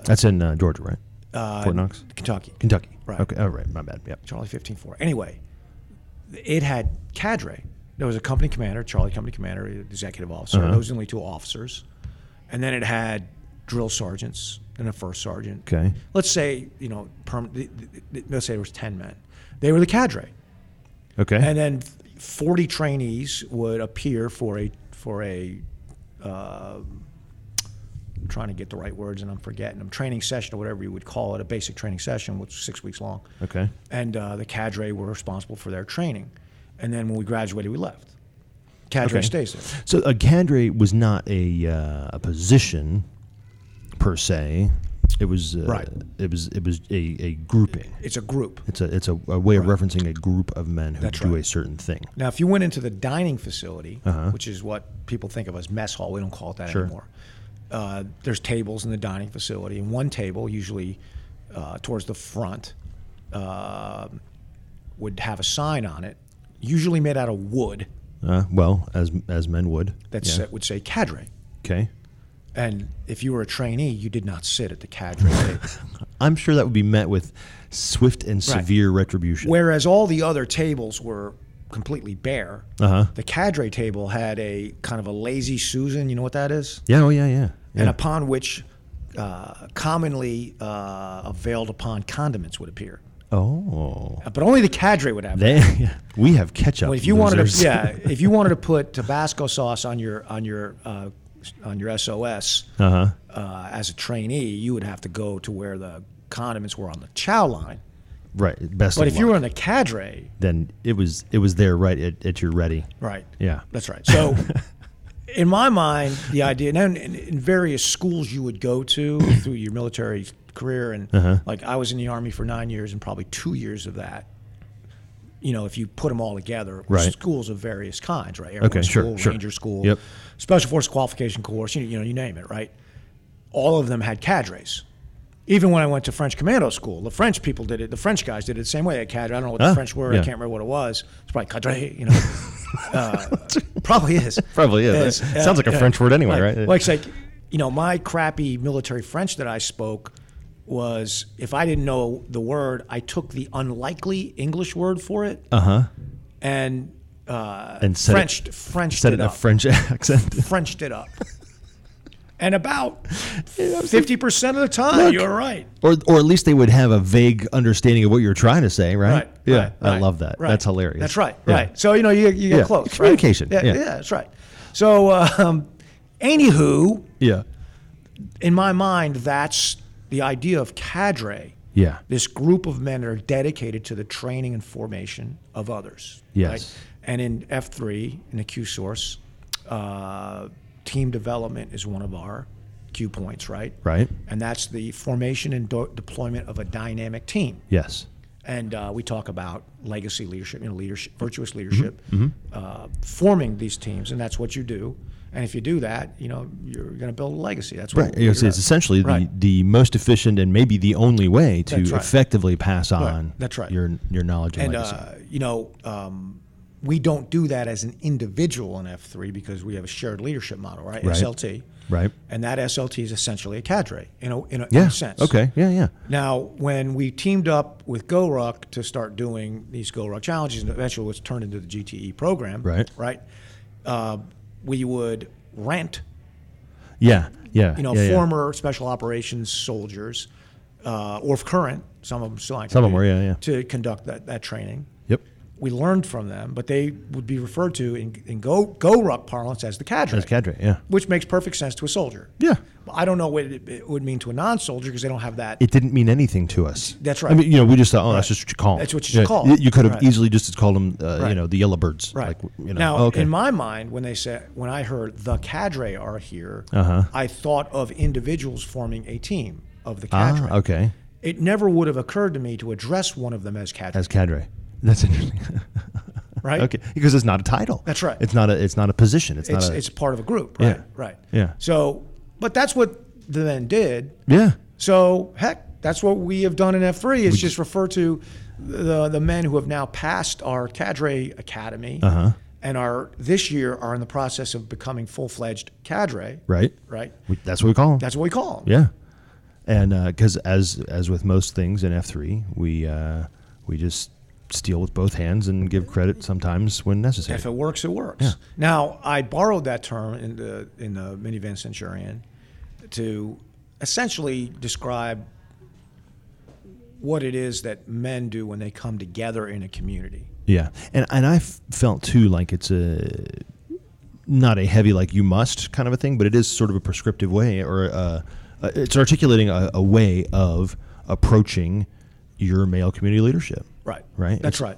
S2: That's in uh, Georgia, right? Uh, Fort Knox,
S1: Kentucky
S2: Kentucky.
S1: Right.
S2: Okay. All right. My bad. Yep.
S1: Charlie 15 4 anyway it had cadre there was a company commander Charlie company commander executive officer those were the only two officers and then it had drill sergeants and a first sergeant
S2: Okay.
S1: let's say you know perm- th- th- th- let's say there was 10 men they were the cadre
S2: Okay.
S1: and then 40 trainees would appear for a for a uh, I'm trying to get the right words and I'm forgetting them training session or whatever you would call it a basic training session which was six weeks long
S2: okay.
S1: and uh, the cadre were responsible for their training and then when we graduated we left cadre
S2: Okay.
S1: stays there
S2: So a cadre was not a uh, a position per se. It was uh,
S1: Right.
S2: It was it was a, a grouping.
S1: it's a group
S2: It's a it's a, a way of referencing a group of men who
S1: That's
S2: do
S1: right.
S2: a certain thing.
S1: Now, if you went into the dining facility, which is what people think of as mess hall, we don't call it that
S2: Uh-huh. Sure.
S1: anymore. Uh, there's tables in the dining facility, and one table, usually uh, towards the front, uh, would have a sign on it, usually made out of wood,
S2: Uh, well, as as men would.
S1: that
S2: Yeah.
S1: sa- would say cadre.
S2: okay.
S1: And if you were a trainee, you did not sit at the cadre table.
S2: I'm sure that would be met with swift and severe retribution.
S1: Whereas all the other tables were completely bare,
S2: Uh-huh.
S1: the cadre table had a kind of a lazy Susan. You know what that is?
S2: yeah. Oh yeah. Yeah. yeah.
S1: and upon which uh, commonly uh, availed upon condiments would appear.
S2: oh.
S1: Uh, But only the cadre would have. that.
S2: They, we have ketchup.
S1: Well, if you wanted
S2: losers.
S1: to, yeah, if you wanted to put Tabasco sauce on your on your uh, on your SOS
S2: Uh-huh.
S1: uh, as a trainee, you would have to go to where the condiments were on the chow line.
S2: Right. Best.
S1: But
S2: of
S1: if you
S2: luck.
S1: were in the cadre,
S2: then it was it was there right at, at your ready.
S1: right,
S2: Yeah.
S1: That's right. So, in my mind, the idea, and then in, in various schools you would go to through your military career, and
S2: Uh-huh.
S1: like I was in the army for nine years, and probably two years of that. You know, if you put them all together,
S2: Right.
S1: schools of various kinds, right? Air Force
S2: Okay, sure,
S1: school,
S2: sure.
S1: Ranger school,
S2: Yep.
S1: Special Force qualification course. You, you know, you name it, right? All of them had cadres. Even when I went to French commando school, the French people did it. The French guys did it the same way. They had cadre. I don't know what the
S2: Ah,
S1: French word.
S2: yeah.
S1: I can't remember what it was. It's probably cadre. You know, uh, probably is.
S2: Probably is.
S1: Yes,
S2: Sounds like a French word anyway, right?
S1: Well, it's like you know, my crappy military French that I spoke was if I didn't know the word, I took the unlikely English word for it. Uh huh. And uh,
S2: And Uh-huh. said it-
S1: French French
S2: Said it
S1: it
S2: in a
S1: up.
S2: French accent.
S1: Frenched it up. and about fifty percent of the time, you're right.
S2: Or, or at least they would have a vague understanding of what you're trying to say, right?
S1: Right.
S2: Yeah,
S1: right,
S2: I
S1: right,
S2: love that.
S1: right.
S2: That's hilarious.
S1: That's right.
S2: Yeah.
S1: Right. So you know you, you get
S2: Yeah.
S1: close. right?
S2: Communication, yeah.
S1: Yeah, yeah. That's right. So um, anywho,
S2: Yeah.
S1: in my mind, that's the idea of cadre.
S2: Yeah.
S1: This group of men that are dedicated to the training and formation of others.
S2: Yes.
S1: And in F three in the Q source, uh, team development is one of our Q points, right?
S2: Right.
S1: And that's the formation and do- deployment of a dynamic team
S2: Yes.
S1: and uh, we talk about legacy leadership, you know, leadership,
S2: Mm-hmm.
S1: virtuous leadership, Uh, forming these teams, and that's what you do. And if you do that, you know, you're going to build a legacy. That's
S2: Right.
S1: What
S2: It's,
S1: you're-
S2: it's essentially
S1: Right.
S2: the, the most efficient and maybe the only way to
S1: That's right.
S2: effectively pass on
S1: That's right.
S2: your your knowledge and,
S1: and
S2: legacy.
S1: uh, you know, um, we don't do that as an individual in F three because we have a shared leadership model, right?
S2: Right.
S1: SLT,
S2: right.
S1: and that SLT is essentially a cadre, you know, in a, in
S2: Yeah.
S1: a sense.
S2: Okay. Yeah. Yeah.
S1: Now, when we teamed up with GoRuck to start doing these GoRuck challenges, and eventually was turned into the GTE program,
S2: Right.
S1: Right. Uh, we would rent,
S2: Yeah. Yeah.
S1: you know,
S2: yeah, yeah.
S1: former special operations soldiers, uh, or current. Some of them still.
S2: Some of 'em were, yeah, yeah.
S1: To conduct that, that training,
S2: Yep.
S1: we learned from them, but they would be referred to in, in Go GoRuck parlance as the cadre,
S2: As cadre. Yeah.
S1: which makes perfect sense to a soldier.
S2: Yeah.
S1: I don't know what it, it would mean to a non-soldier because they don't have that.
S2: It didn't mean anything to us.
S1: That's
S2: I
S1: right.
S2: mean, you know, we just thought, oh, that's just what you call 'em.
S1: That's what you
S2: Yeah.
S1: should call
S2: You,
S1: 'em.
S2: you could have
S1: Right.
S2: easily just called them, uh, you
S1: Right.
S2: know, the yellowbirds.
S1: Right.
S2: Like, you know,
S1: now,
S2: okay.
S1: in my mind, when they said, when I heard the cadre are here,
S2: Uh-huh.
S1: I thought of individuals forming a team of the cadre.
S2: ah, okay.
S1: It never would have occurred to me to address one of them as cadre,
S2: As cadre. That's interesting.
S1: right?
S2: okay. Because it's not a title.
S1: That's right.
S2: It's not a. It's not a position. It's,
S1: It's,
S2: not a.
S1: it's part of a group, right?
S2: Yeah.
S1: Right.
S2: Yeah.
S1: So, but that's what the men did.
S2: yeah.
S1: So, heck, that's what we have done in F3 is just refer to the, the men who have now passed our cadre academy
S2: Uh-huh.
S1: and are this year are in the process of becoming full fledged cadre.
S2: Right.
S1: Right.
S2: We, that's what we call them.
S1: That's what we call them.
S2: Yeah, and because as as with most things in F three, we uh, we just steal with both hands and give credit sometimes when necessary.
S1: If it works, it works. Now, I borrowed that term in the in the minivan Centurion to essentially describe what it is that men do when they come together in a community.
S2: yeah, and and I f- felt too like it's a not a heavy like you must kind of a thing, but it is sort of a prescriptive way or uh, uh, it's articulating a, a way of approaching your male community leadership.
S1: Right.
S2: Right.
S1: That's right.
S2: It's-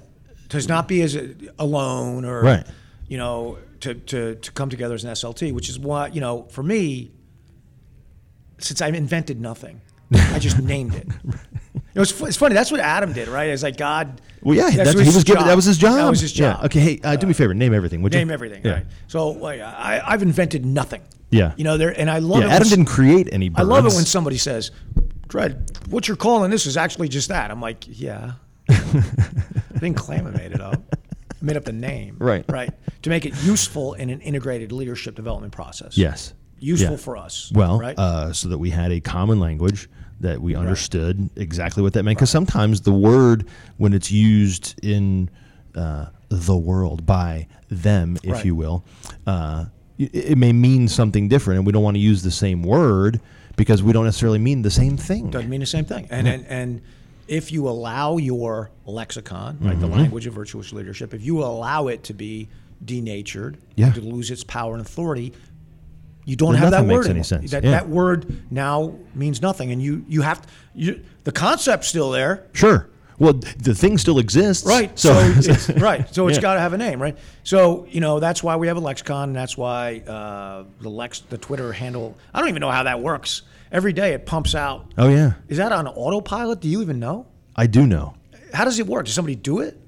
S1: To not be as a- alone or
S2: Right.
S1: you know to, to to come together as an SLT, which is why you know for me, since I invented nothing, I just named it. It was fu- it's funny. That's what Adam did, right? It's like God.
S2: Well, yeah, that's,
S1: what
S2: he was given. That was his job.
S1: That was his
S2: Yeah.
S1: job.
S2: Okay. Hey, uh, do me a favor. Name everything. Would you?
S1: Name everything.
S2: Yeah.
S1: Right. So like, I, I've invented nothing.
S2: Yeah.
S1: You know there, and I love
S2: Yeah.
S1: it.
S2: Adam
S1: when-
S2: didn't create any.
S1: I love it
S2: birds.
S1: when somebody says, "Dred, what you're calling this is actually just that." I'm like, "Yeah, I didn't claim I made it up. I made up the name,
S2: Right.
S1: Right, to make it useful in an integrated leadership development process.
S2: Yes.
S1: useful
S2: Yeah.
S1: for us.
S2: Well,
S1: right?
S2: uh, so that we had a common language that we understood exactly what that meant. Because sometimes the word, when it's used in uh, the world by them, if
S1: Right.
S2: you will, uh, it, it may mean something different, and we don't want to use the same word because we don't necessarily mean the same thing.
S1: doesn't mean the same thing. And and, and if you allow your lexicon, right,
S2: Mm-hmm.
S1: the language of virtuous leadership, if you allow it to be denatured,
S2: Yeah.
S1: to lose its power and authority, you don't
S2: Then
S1: have that
S2: nothing
S1: word.
S2: makes any
S1: anymore.
S2: sense.
S1: That,
S2: Yeah.
S1: that word now means nothing, and you you have to, you, the concept's still there,
S2: Sure. Well, the thing still exists.
S1: right? So, it's, right, so it's got to have a name, right? So you know that's why we have a lexicon, and that's why uh, the lex the Twitter handle. I don't even know how that works. Every day it pumps out.
S2: oh yeah,
S1: Is that on autopilot? Do you even know?
S2: I do know.
S1: How does it work? Does somebody do it?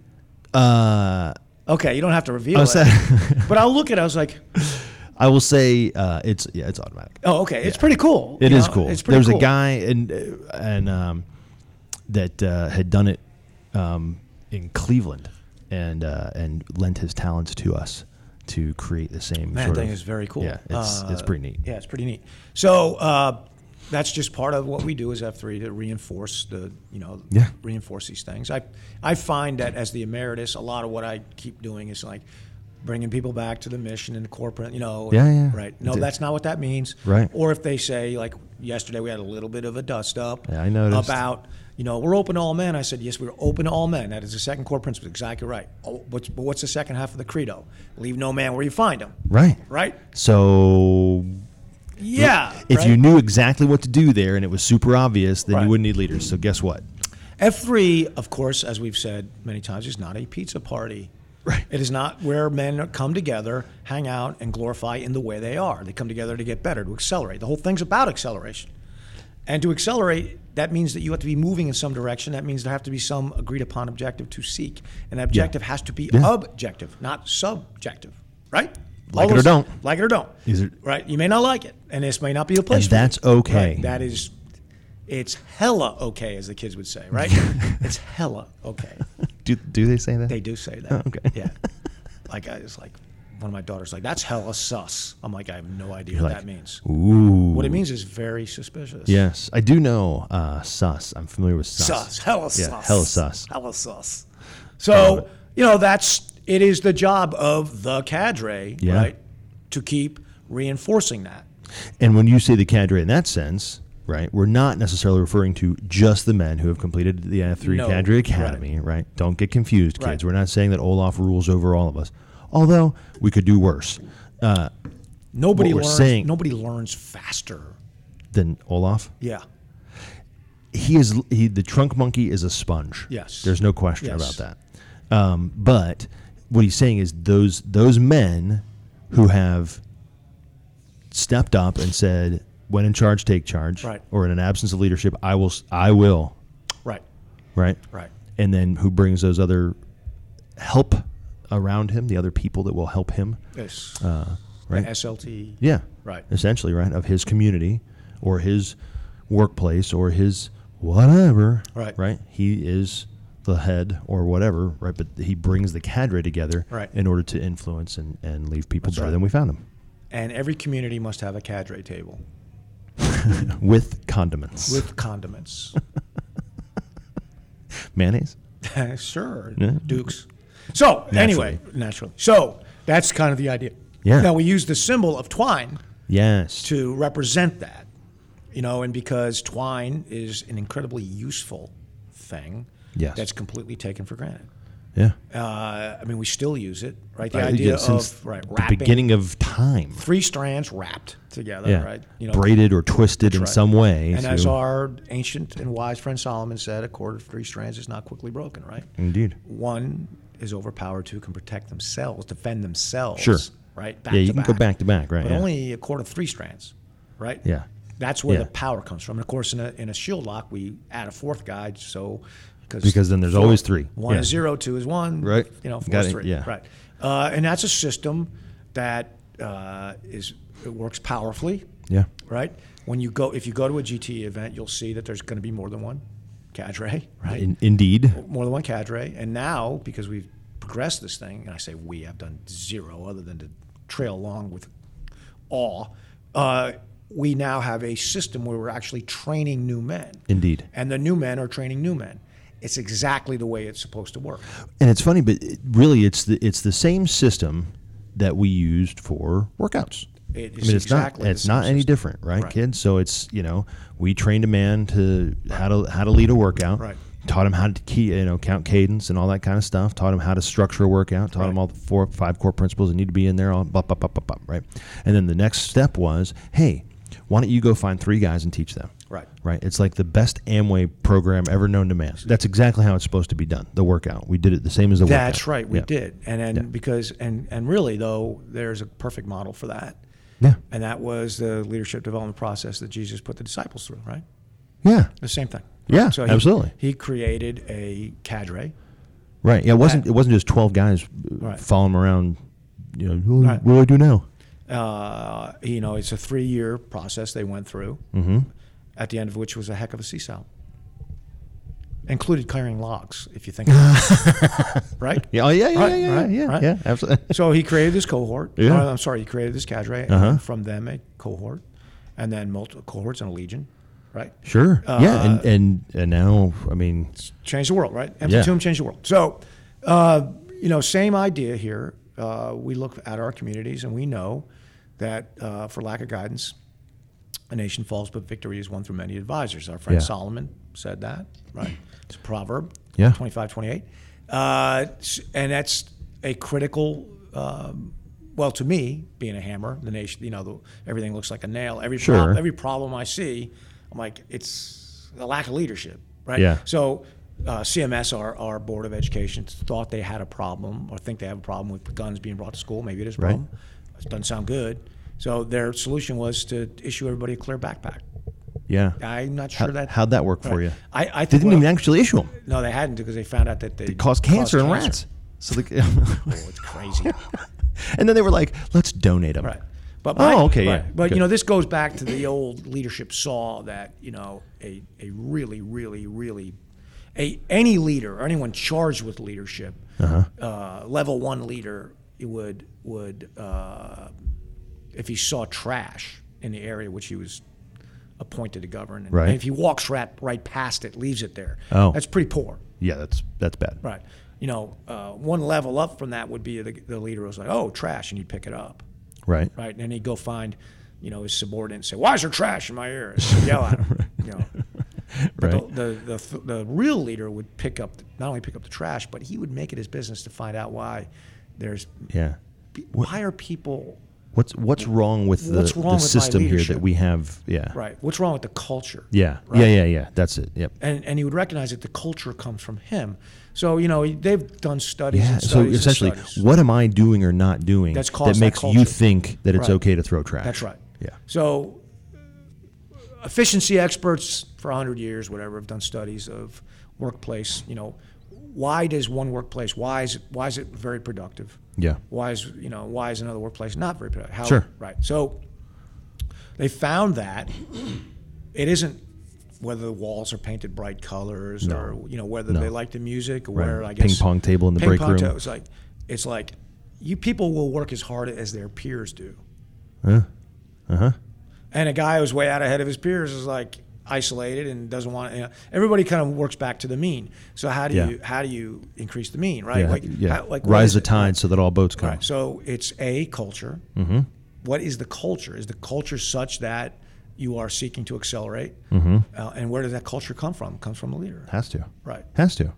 S1: Uh, okay, you don't have to reveal
S2: I
S1: it.
S2: was saying-
S1: but I'll look at it. I was like,
S2: I will say uh, it's yeah, it's automatic.
S1: oh, okay, it's pretty cool.
S2: It
S1: you
S2: is
S1: know?
S2: cool.
S1: It's pretty
S2: There's
S1: cool.
S2: a guy and and um, that uh, had done it um, in Cleveland and uh, and lent his talents to us to create the same.
S1: Man,
S2: sort
S1: that
S2: of-
S1: is very cool.
S2: Yeah, it's it's
S1: Uh,
S2: pretty neat.
S1: Yeah, it's pretty neat. So uh, that's just part of what we do as F3 to reinforce the, you know,
S2: Yeah.
S1: reinforce these things. I, I find that as the emeritus, a lot of what I keep doing is like bringing people back to the mission and corporate, you know.
S2: Yeah, yeah.
S1: Right. No,
S2: It's-
S1: that's not what that means.
S2: Right.
S1: Or if they say, like yesterday, we had a little bit of a dust up
S2: Yeah, I noticed.
S1: about, you know, we're open to all men. I said, yes, we're open to all men. That is the second core principle. Exactly right. Oh, what's, but what's the second half of the credo? Leave no man where you find him
S2: Right.
S1: right?
S2: So
S1: Yeah.
S2: if you
S1: right?
S2: knew exactly what to do there and it was super obvious, then
S1: Right.
S2: you wouldn't need leaders. So guess what?
S1: F3, of course, as we've said many times, is not a pizza party.
S2: Right.
S1: It is not where men come together, hang out, and glorify in the way they are. They come together to get better, to accelerate. The whole thing's about acceleration. And to accelerate, that means that you have to be moving in some direction. That means there have to be some agreed upon objective to seek. And that objective has to be
S2: Yeah.
S1: objective, not subjective, right?
S2: Like
S1: All
S2: it or
S1: those-
S2: don't.
S1: Like it or don't.
S2: Is it-
S1: right? You may not like it, and this may not be a place. for you.
S2: that's okay.
S1: Right, That is it's hella okay, as the kids would say, right? it's hella okay.
S2: Do do they say that?
S1: They do say that.
S2: okay.
S1: Yeah. Like I was like, one of my daughters like, that's hella sus. I'm like, I have no idea what
S2: like,
S1: that means.
S2: Ooh.
S1: What it means is very suspicious.
S2: Yes, I do know uh, sus. I'm familiar with sus.
S1: Sus. Hella
S2: Yeah,
S1: sus.
S2: hella sus.
S1: Hella sus. So, you know, that's it is the job of the cadre,
S2: Yeah.
S1: right? To keep reinforcing that.
S2: And when you say the cadre in that sense, right, we're not necessarily referring to just the men who have completed the F3
S1: No,
S2: Cadre
S1: right.
S2: Academy, right. Don't get confused, kids.
S1: Right.
S2: We're not saying that Olaf rules over all of us, although we could do worse
S1: Nobody
S2: we're
S1: learns
S2: saying-
S1: nobody learns faster.
S2: than Olaf.
S1: Yeah.
S2: He is he, the trunk monkey is a sponge.
S1: Yes.
S2: there's no question
S1: Yes.
S2: about that. Um, but what he's saying is those those men who have stepped up and said, "When in charge, take charge,"
S1: Right.
S2: or in an absence of leadership, I will, s- I will,
S1: Right.
S2: right,
S1: Right.
S2: and then who brings those other help around him, the other people that will help him,
S1: Yes.
S2: Uh, right?
S1: The SLT.
S2: yeah,
S1: Right.
S2: essentially, right, of his community or his workplace or his whatever,
S1: Right.
S2: right. He is the head or whatever, right? But he brings the cadre together,
S1: Right.
S2: in order to influence and, and leave people better
S1: right.
S2: than we found them
S1: And every community must have a cadre table
S2: with condiments,
S1: with condiments.
S2: mayonnaise.
S1: sure, Dukes. So anyway, naturally. So that's kind of the idea.
S2: Yeah.
S1: Now we use the symbol of twine
S2: Yes,
S1: to represent that, you know, and because twine is an incredibly useful thing.
S2: Yes.
S1: That's completely taken for granted.
S2: yeah.
S1: Uh, I mean, we still use it, right? The
S2: Uh,
S1: idea
S2: yeah,
S1: of right
S2: the
S1: wrapping
S2: beginning of time,
S1: three strands wrapped together,
S2: yeah,
S1: right?
S2: braided or twisted in
S1: Right.
S2: some way.
S1: And as
S2: through-
S1: our ancient and wise friend Solomon said, a cord of three strands is not quickly broken, right?
S2: Indeed.
S1: One is overpowered, two can protect themselves, defend themselves.
S2: Sure.
S1: Right? Back
S2: yeah, you can go back to back, right?
S1: But
S2: yeah.
S1: only a cord of three strands, right?
S2: Yeah.
S1: That's where
S2: Yeah.
S1: the power comes from. And of course, in a, in a shield lock, we add a fourth guy, so.
S2: Because then there's always three.
S1: One
S2: Yeah.
S1: is zero, two is one.
S2: Right.
S1: You know, four
S2: Got
S1: is
S2: it,
S1: three.
S2: yeah.
S1: Right. Uh, and that's a system that uh, is it works powerfully
S2: yeah.
S1: right? When you go, if you go to a GT event, you'll see that there's going to be more than one cadre, right?
S2: In, indeed.
S1: more than one cadre. And now, because we've progressed this thing, and I say we, I've done zero other than to trail along with awe. Uh, we now have a system where we're actually training new men.
S2: Indeed.
S1: And the new men are training new men. It's exactly the way it's supposed to work.
S2: And it's funny, but it, really, it's the it's the same system that we used for workouts.
S1: It
S2: I
S1: is
S2: mean, it's
S1: exactly
S2: not
S1: the
S2: it's
S1: same
S2: not any
S1: system.
S2: different, right,
S1: Right.
S2: kids? So it's you know we trained a man to how to how to lead a workout,
S1: Right.
S2: Taught him how to key, you know count cadence and all that kind of stuff. Taught him how to structure a workout. Taught him all the four five core principles that need to be in there. All bop, bop, bop, bop, bop, right. And then the next step was, hey, why don't you go find three guys and teach them?
S1: Right.
S2: Right. It's like the best Amway program ever known to man. That's exactly how it's supposed to be done. The workout. We did it the same as the workout.
S1: That's right, we
S2: Yeah.
S1: did. And then because and and really though, there's a perfect model for that.
S2: Yeah.
S1: And that was the leadership development process that Jesus put the disciples through, right?
S2: Yeah.
S1: The same thing.
S2: Yeah,
S1: he,
S2: absolutely.
S1: He created a cadre.
S2: Right. Yeah. It wasn't. It wasn't just twelve guys uh,
S1: Right.
S2: following around. You know. "Well,
S1: Right.
S2: What do I do now?
S1: Uh, you know, it's a three-year process they went through. Mm-hmm. At the end of which was a heck of a CSAL. included clearing logs, if you think about it. Right?
S2: Yeah, oh, yeah, yeah,
S1: Right,
S2: yeah,
S1: right,
S2: yeah,
S1: right.
S2: yeah, absolutely.
S1: So he created this cohort.
S2: Yeah. Uh-huh.
S1: Oh, I'm sorry, he created this cadre. and From them, a cohort, and then multiple cohorts and a legion, right?
S2: Sure.
S1: Uh,
S2: yeah, and, and and now, I mean,
S1: Changed the world, right? Empty
S2: Yeah.
S1: tomb changed the world. So, uh, you know, same idea here. Uh, we look at our communities and we know that uh, for lack of guidance, a nation falls, but victory is won through many advisors. Our friend
S2: Yeah.
S1: Solomon said that, right? It's a proverb,
S2: Yeah.
S1: 25, 28. Uh, s- and that's a critical, um, well, to me, being a hammer, the nation, you know, the, everything looks like a nail. Every, prob-
S2: Sure.
S1: every problem I see, I'm like, it's a lack of leadership, right?
S2: Yeah.
S1: So uh, CMS, our, our Board of Education, thought they had a problem or think they have a problem with guns being brought to school. Maybe it is a
S2: Right.
S1: problem. It doesn't sound good. So their solution was to issue everybody a clear backpack.
S2: yeah.
S1: I'm not
S2: How,
S1: sure that.
S2: how'd that work for
S1: Right.
S2: you?
S1: I, I
S2: They
S1: think
S2: didn't
S1: what-
S2: even actually issue them.
S1: No, they hadn't because they found out that they
S2: It caused cancer in
S1: caused
S2: rats. So
S1: Oh,
S2: the,
S1: it's crazy.
S2: and then they were like, let's donate them.
S1: Right. But
S2: Oh,
S1: my-
S2: okay,
S1: right.
S2: yeah,
S1: But
S2: good.
S1: you know, this goes back to the old leadership saw that you know a a really really really a any leader or anyone charged with leadership,
S2: Uh-huh.
S1: uh, level one leader it would would uh, if he saw trash in the area which he was appointed to govern, and,
S2: Right.
S1: and if he walks right right past it, leaves it there,
S2: Oh.
S1: that's pretty poor.
S2: Yeah, that's that's bad.
S1: Right. You know, uh, one level up from that would be the, the leader was like, oh, trash, and you pick it up
S2: Right.
S1: right? And then he'd go find, you know, his subordinate and say, "Why is there trash in my ear?" And yell at him, you know. But
S2: Right.
S1: the, the, the, the real leader would pick up, not only pick up the trash, but he would make it his business to find out why there's,
S2: Yeah.
S1: why are people,
S2: What's what's wrong with the,
S1: What's wrong with
S2: the
S1: my
S2: system here that
S1: leadership?
S2: we have? Yeah.
S1: right? What's wrong with the culture?
S2: Yeah.
S1: Right?
S2: Yeah. Yeah. Yeah. That's it. Yep.
S1: And, and he would recognize that the culture comes from him. So, you know, they've done studies
S2: Yeah.
S1: and
S2: So
S1: studies. and
S2: essentially,
S1: studies.
S2: what am I doing or not doing
S1: That's
S2: that
S1: caused that
S2: makes you
S1: culture.
S2: think that it's
S1: Right.
S2: okay to throw trash?
S1: That's right.
S2: Yeah.
S1: So, efficiency experts for 100 years, whatever, have done studies of workplace. You know, why does one workplace why is why is it very productive?
S2: Yeah.
S1: Why is you know why is another workplace not very productive? How,
S2: Sure.
S1: Right. So, they found that it isn't whether the walls are painted bright colors or you know whether they like the music or where I
S2: Ping
S1: guess
S2: pong table in the
S1: ping
S2: break
S1: pong
S2: room.
S1: table, It's like it's like you people will work as hard as their peers do.
S2: Uh-huh.
S1: And a guy who's way out ahead of his peers is like isolated and doesn't want. You know, everybody kind of works back to the mean. So how do
S2: Yeah.
S1: you how do you increase the mean, right?
S2: Yeah.
S1: Like,
S2: yeah.
S1: how- like what
S2: Rise
S1: is
S2: the
S1: it?
S2: tide so that all boats come.
S1: Right. So it's a culture.
S2: Mm-hmm.
S1: What is the culture? Is the culture such that you are seeking to accelerate?
S2: Mm-hmm.
S1: Uh, and where does that culture come from? It comes from a leader,
S2: Has to.
S1: right?
S2: Has to.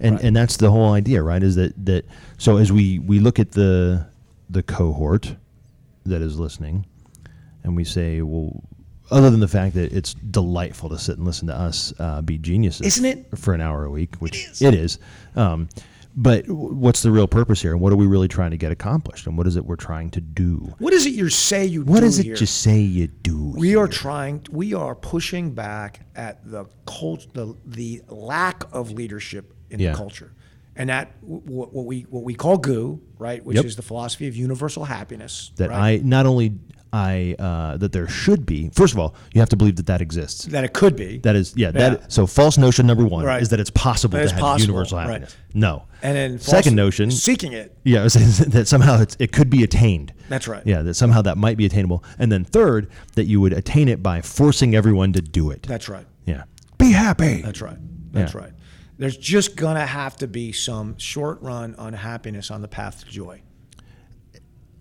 S2: And and that's the whole idea, right? Is that that so as we we look at the the cohort that is listening, and we say, well, other than the fact that it's delightful to sit and listen to us uh, be geniuses,
S1: Isn't it?
S2: For an hour a week, which it is. Um, but w- what's the real purpose here, and what are we really trying to get accomplished, and what is it we're trying to do?
S1: What is it you say you do?
S2: What is it
S1: here?
S2: you say you do?
S1: We are trying. We are pushing back at the cult, the the lack of leadership in
S2: Yeah.
S1: the culture, and that w- w- what we what we call goo, right? Which
S2: Yep.
S1: is the philosophy of universal happiness.
S2: that
S1: right?
S2: I not only I uh, that there should be. First of all, you have to believe that that exists.
S1: that it could be.
S2: That is, yeah,
S1: Yeah.
S2: That so false notion number one
S1: Right.
S2: is that it's possible
S1: That
S2: to
S1: it's
S2: have
S1: possible,
S2: universal
S1: right.
S2: happiness. No,
S1: and then false-
S2: second notion,
S1: seeking it.
S2: yeah, is that somehow it's, it could be attained.
S1: That's right.
S2: Yeah, that somehow that might be attainable. And then third, that you would attain it by forcing everyone to do it.
S1: That's right.
S2: yeah, be happy.
S1: That's right. That's
S2: Yeah.
S1: right. There's just gonna have to be some short run unhappiness on the path to joy.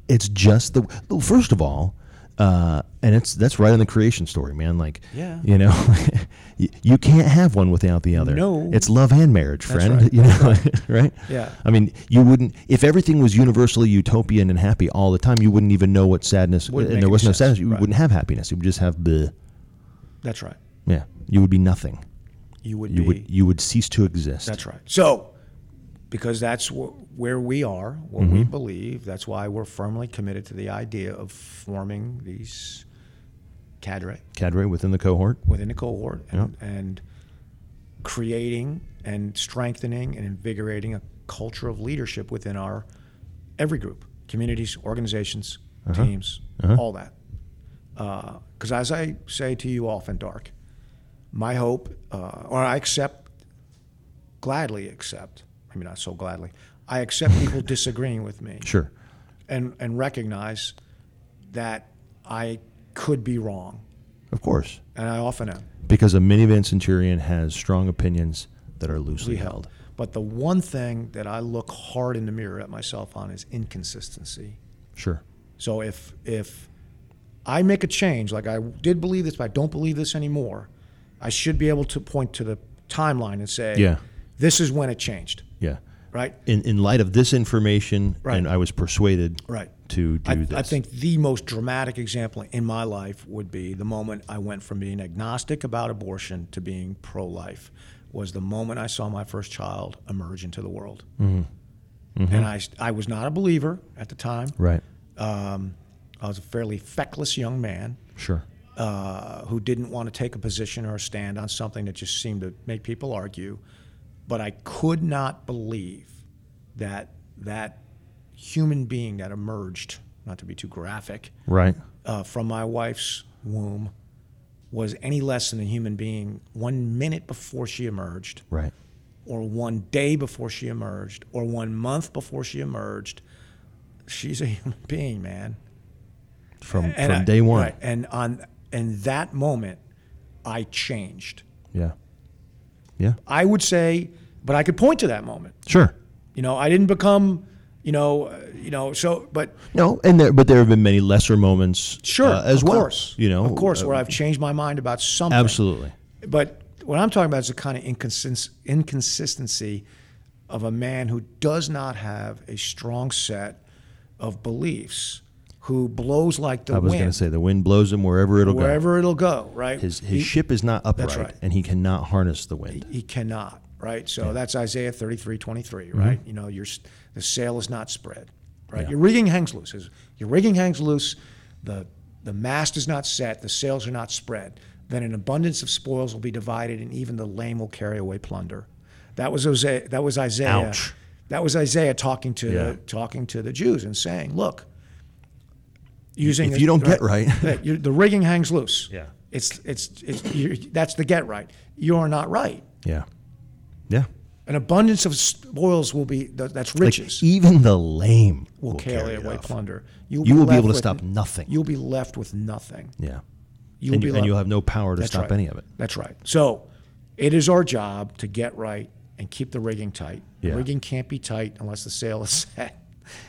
S2: it's just the well, first of all uh, and it's that's right in the creation story man like
S1: Yeah.
S2: you know y- you can't have one without the other
S1: No.
S2: it's love and marriage friend you know right
S1: Yeah.
S2: i mean you wouldn't if everything was universally utopian and happy all the time you wouldn't even know what sadness
S1: Wouldn't
S2: and
S1: make
S2: there
S1: any
S2: was no
S1: sense,
S2: sadness you
S1: right.
S2: wouldn't have happiness you would just have the
S1: That's right.
S2: yeah you would be nothing
S1: You would
S2: you
S1: be.
S2: would you would cease to exist
S1: That's right. So, because that's wh- where we are, what we
S2: Mm-hmm.
S1: believe, that's why we're firmly committed to the idea of forming these cadre
S2: cadre within the cohort
S1: within a cohort and, and creating and strengthening and invigorating a culture of leadership within our every group, communities, organizations, teams, all that. Because as uh, I say to you often, Dark, my hope, uh, or I accept gladly accept. I mean, not so gladly. I accept people disagreeing with me
S2: Sure.
S1: and and recognize that I could be wrong,
S2: Of course.
S1: and I often am.
S2: Because a minivan Centurion has strong opinions that are loosely held.
S1: But the one thing that I look hard in the mirror at myself on is inconsistency.
S2: Sure.
S1: So if if I make a change, like I did believe this, but I don't believe this anymore, I should be able to point to the timeline and say,
S2: Yeah.
S1: this is when it changed,
S2: Yeah.
S1: right?
S2: In, in light of this information,
S1: Right.
S2: and I was persuaded
S1: Right.
S2: to do
S1: I,
S2: this.
S1: I think the most dramatic example in my life would be the moment I went from being agnostic about abortion to being pro-life. Was the moment I saw my first child emerge into the world,
S2: Mm-hmm.
S1: and I I was not a believer at the time.
S2: Right.
S1: I was a fairly feckless young man.
S2: Sure.
S1: uh, who didn't want to take a position or a stand on something that just seemed to make people argue. But I could not believe that that human being that emerged, not to be too graphic,
S2: Right.
S1: uh, from my wife's womb was any less than a human being one minute before she emerged,
S2: Right.
S1: or one day before she emerged, or one month before she emerged. She's a human being, man
S2: From
S1: and
S2: from
S1: I-
S2: day one.
S1: right, and on and that moment, I changed.
S2: Yeah. Yeah.
S1: I would say, but I could point to that moment.
S2: Sure.
S1: You know, I didn't become, you know, uh, you know. So, but
S2: No, and there, but there have been many lesser moments.
S1: sure,
S2: uh, as
S1: of
S2: well.
S1: course,
S2: you know,
S1: of course,
S2: uh,
S1: where I've changed my mind about something.
S2: absolutely.
S1: But what I'm talking about is the kind of inconsist- inconsistency of a man who does not have a strong set of beliefs, who blows like the
S2: I was
S1: wind
S2: going to say the wind blows him wherever it'll go.
S1: wherever it'll go. Right,
S2: His his
S1: He-
S2: ship is not upright,
S1: right.
S2: and he cannot harness the wind.
S1: he cannot right so that's isaiah 33 23
S2: Mm-hmm.
S1: right you know your s- the sail is not spread right your rigging hangs loose His- your rigging hangs loose the the mast is not set the sails are not spread then an abundance of spoils will be divided and even the lame will carry away plunder that was isaiah that was isaiah
S2: Ouch.
S1: that was isaiah talking to
S2: Yeah.
S1: the, talking to the jews and saying look using
S2: If
S1: the-
S2: you don't get right.
S1: that you- the rigging hangs loose
S2: Yeah.
S1: it's it's, it's you that's the get right you're not right
S2: Yeah, yeah.
S1: an abundance of spoils will be th- that's
S2: Like
S1: riches
S2: even the lame
S1: will carry,
S2: it
S1: away
S2: off.
S1: plunder. You'll
S2: You will be
S1: left
S2: able to
S1: with
S2: stop
S1: n-
S2: nothing.
S1: You'll be left with nothing.
S2: Yeah,
S1: You'll
S2: and,
S1: be
S2: you,
S1: left-
S2: and you'll have no power to
S1: That's
S2: stop
S1: right.
S2: any of it.
S1: That's right. So, it is our job to get right and keep the rigging tight.
S2: Yeah.
S1: The rigging can't be tight unless the sail is set,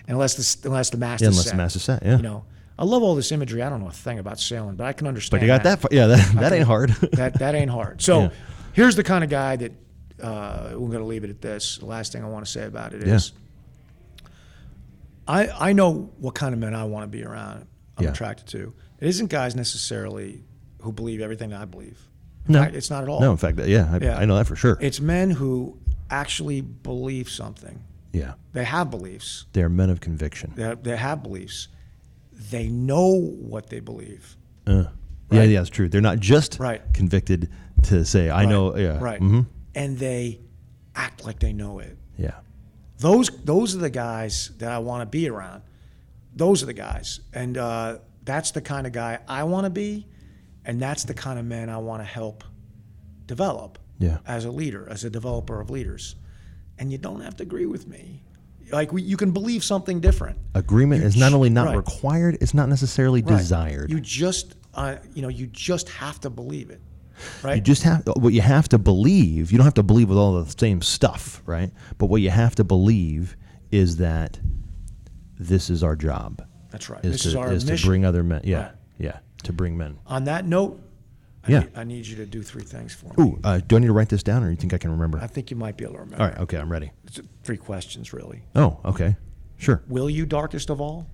S1: unless the s- unless the mast is
S2: Unless
S1: set.
S2: the mass is set. Yeah,
S1: You know, I love all this imagery. I don't know a thing about sailing, but I can understand.
S2: but you got that. far- Yeah, that, that ain't hard.
S1: that that ain't hard. So
S2: Yeah.
S1: here's the kind of guy that uh, we're going to leave it at this. The last thing I want to say about it
S2: Yeah.
S1: is, I I know what kind of men I want to be around. I'm
S2: Yeah.
S1: attracted to. It isn't guys necessarily who believe everything I believe.
S2: No.
S1: I- it's not at all.
S2: no, in fact, yeah, I,
S1: Yeah.
S2: I know that for sure.
S1: It's men who actually believe something.
S2: yeah,
S1: They have beliefs.
S2: they're men of conviction.
S1: They have, they have beliefs. They know what they believe.
S2: Yeah, yeah, it's true. They're not just
S1: Right.
S2: convicted to say, "I know." Yeah,
S1: Right.
S2: mhm,
S1: And they act like they know it.
S2: Yeah,
S1: those those are the guys that I want to be around. Those are the guys, and uh, that's the kind of guy I want to be, and that's the kind of man I want to help develop
S2: Yeah.
S1: as a leader, as a developer of leaders. And you don't have to agree with me. Like we, you can believe something different.
S2: agreement is not only not
S1: right.
S2: required; it's not necessarily
S1: Right.
S2: desired.
S1: You just uh, you know you just have to believe it, right?
S2: You just have what you have to believe. You don't have to believe with all the same stuff, right? But what you have to believe is that this is our job.
S1: that's right.
S2: Is
S1: this
S2: to,
S1: is our
S2: is to
S1: mission.
S2: bring other men. Yeah,
S1: Right.
S2: yeah, to bring men.
S1: On that note, I,
S2: Yeah.
S1: need, I need you to do three things for me.
S2: Ooh, uh, do I need to write this down, or you think I can remember?
S1: I think you might be able to remember.
S2: all right, okay, I'm ready.
S1: It's three questions really.
S2: Oh, okay, sure.
S1: Will you, darkest of all?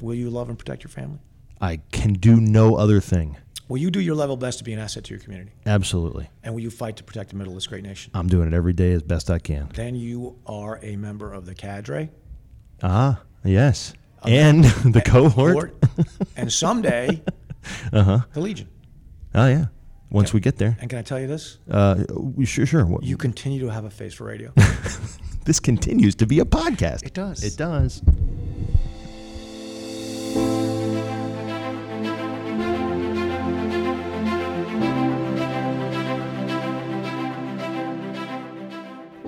S1: Will you love and protect your family?
S2: I can do no other thing.
S1: Will you do your level best to be an asset to your community?
S2: Absolutely,
S1: And will you fight to protect the middle of this great nation?
S2: I'm doing it every day as best I can.
S1: Then you are a member of the cadre.
S2: Ah, yes. And the cohort.
S1: Lord, and someday, the Legion.
S2: Oh yeah. Once we get there,
S1: And can I tell you this?
S2: uh, we- sure, sure. What-
S1: You continue to have a face for radio.
S2: this continues to be a podcast.
S1: It does.
S2: It does.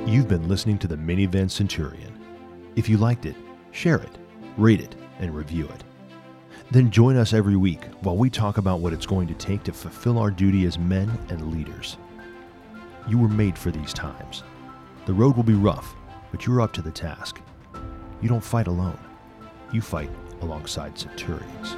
S2: You've been listening to the Minivan Centurion. If you liked it, share it, rate it, and review it. Then join us every week while we talk about what it's going to take to fulfill our duty as men and leaders. You were made for these times. The road will be rough, but you're up to the task. You don't fight alone, you fight alongside centurions.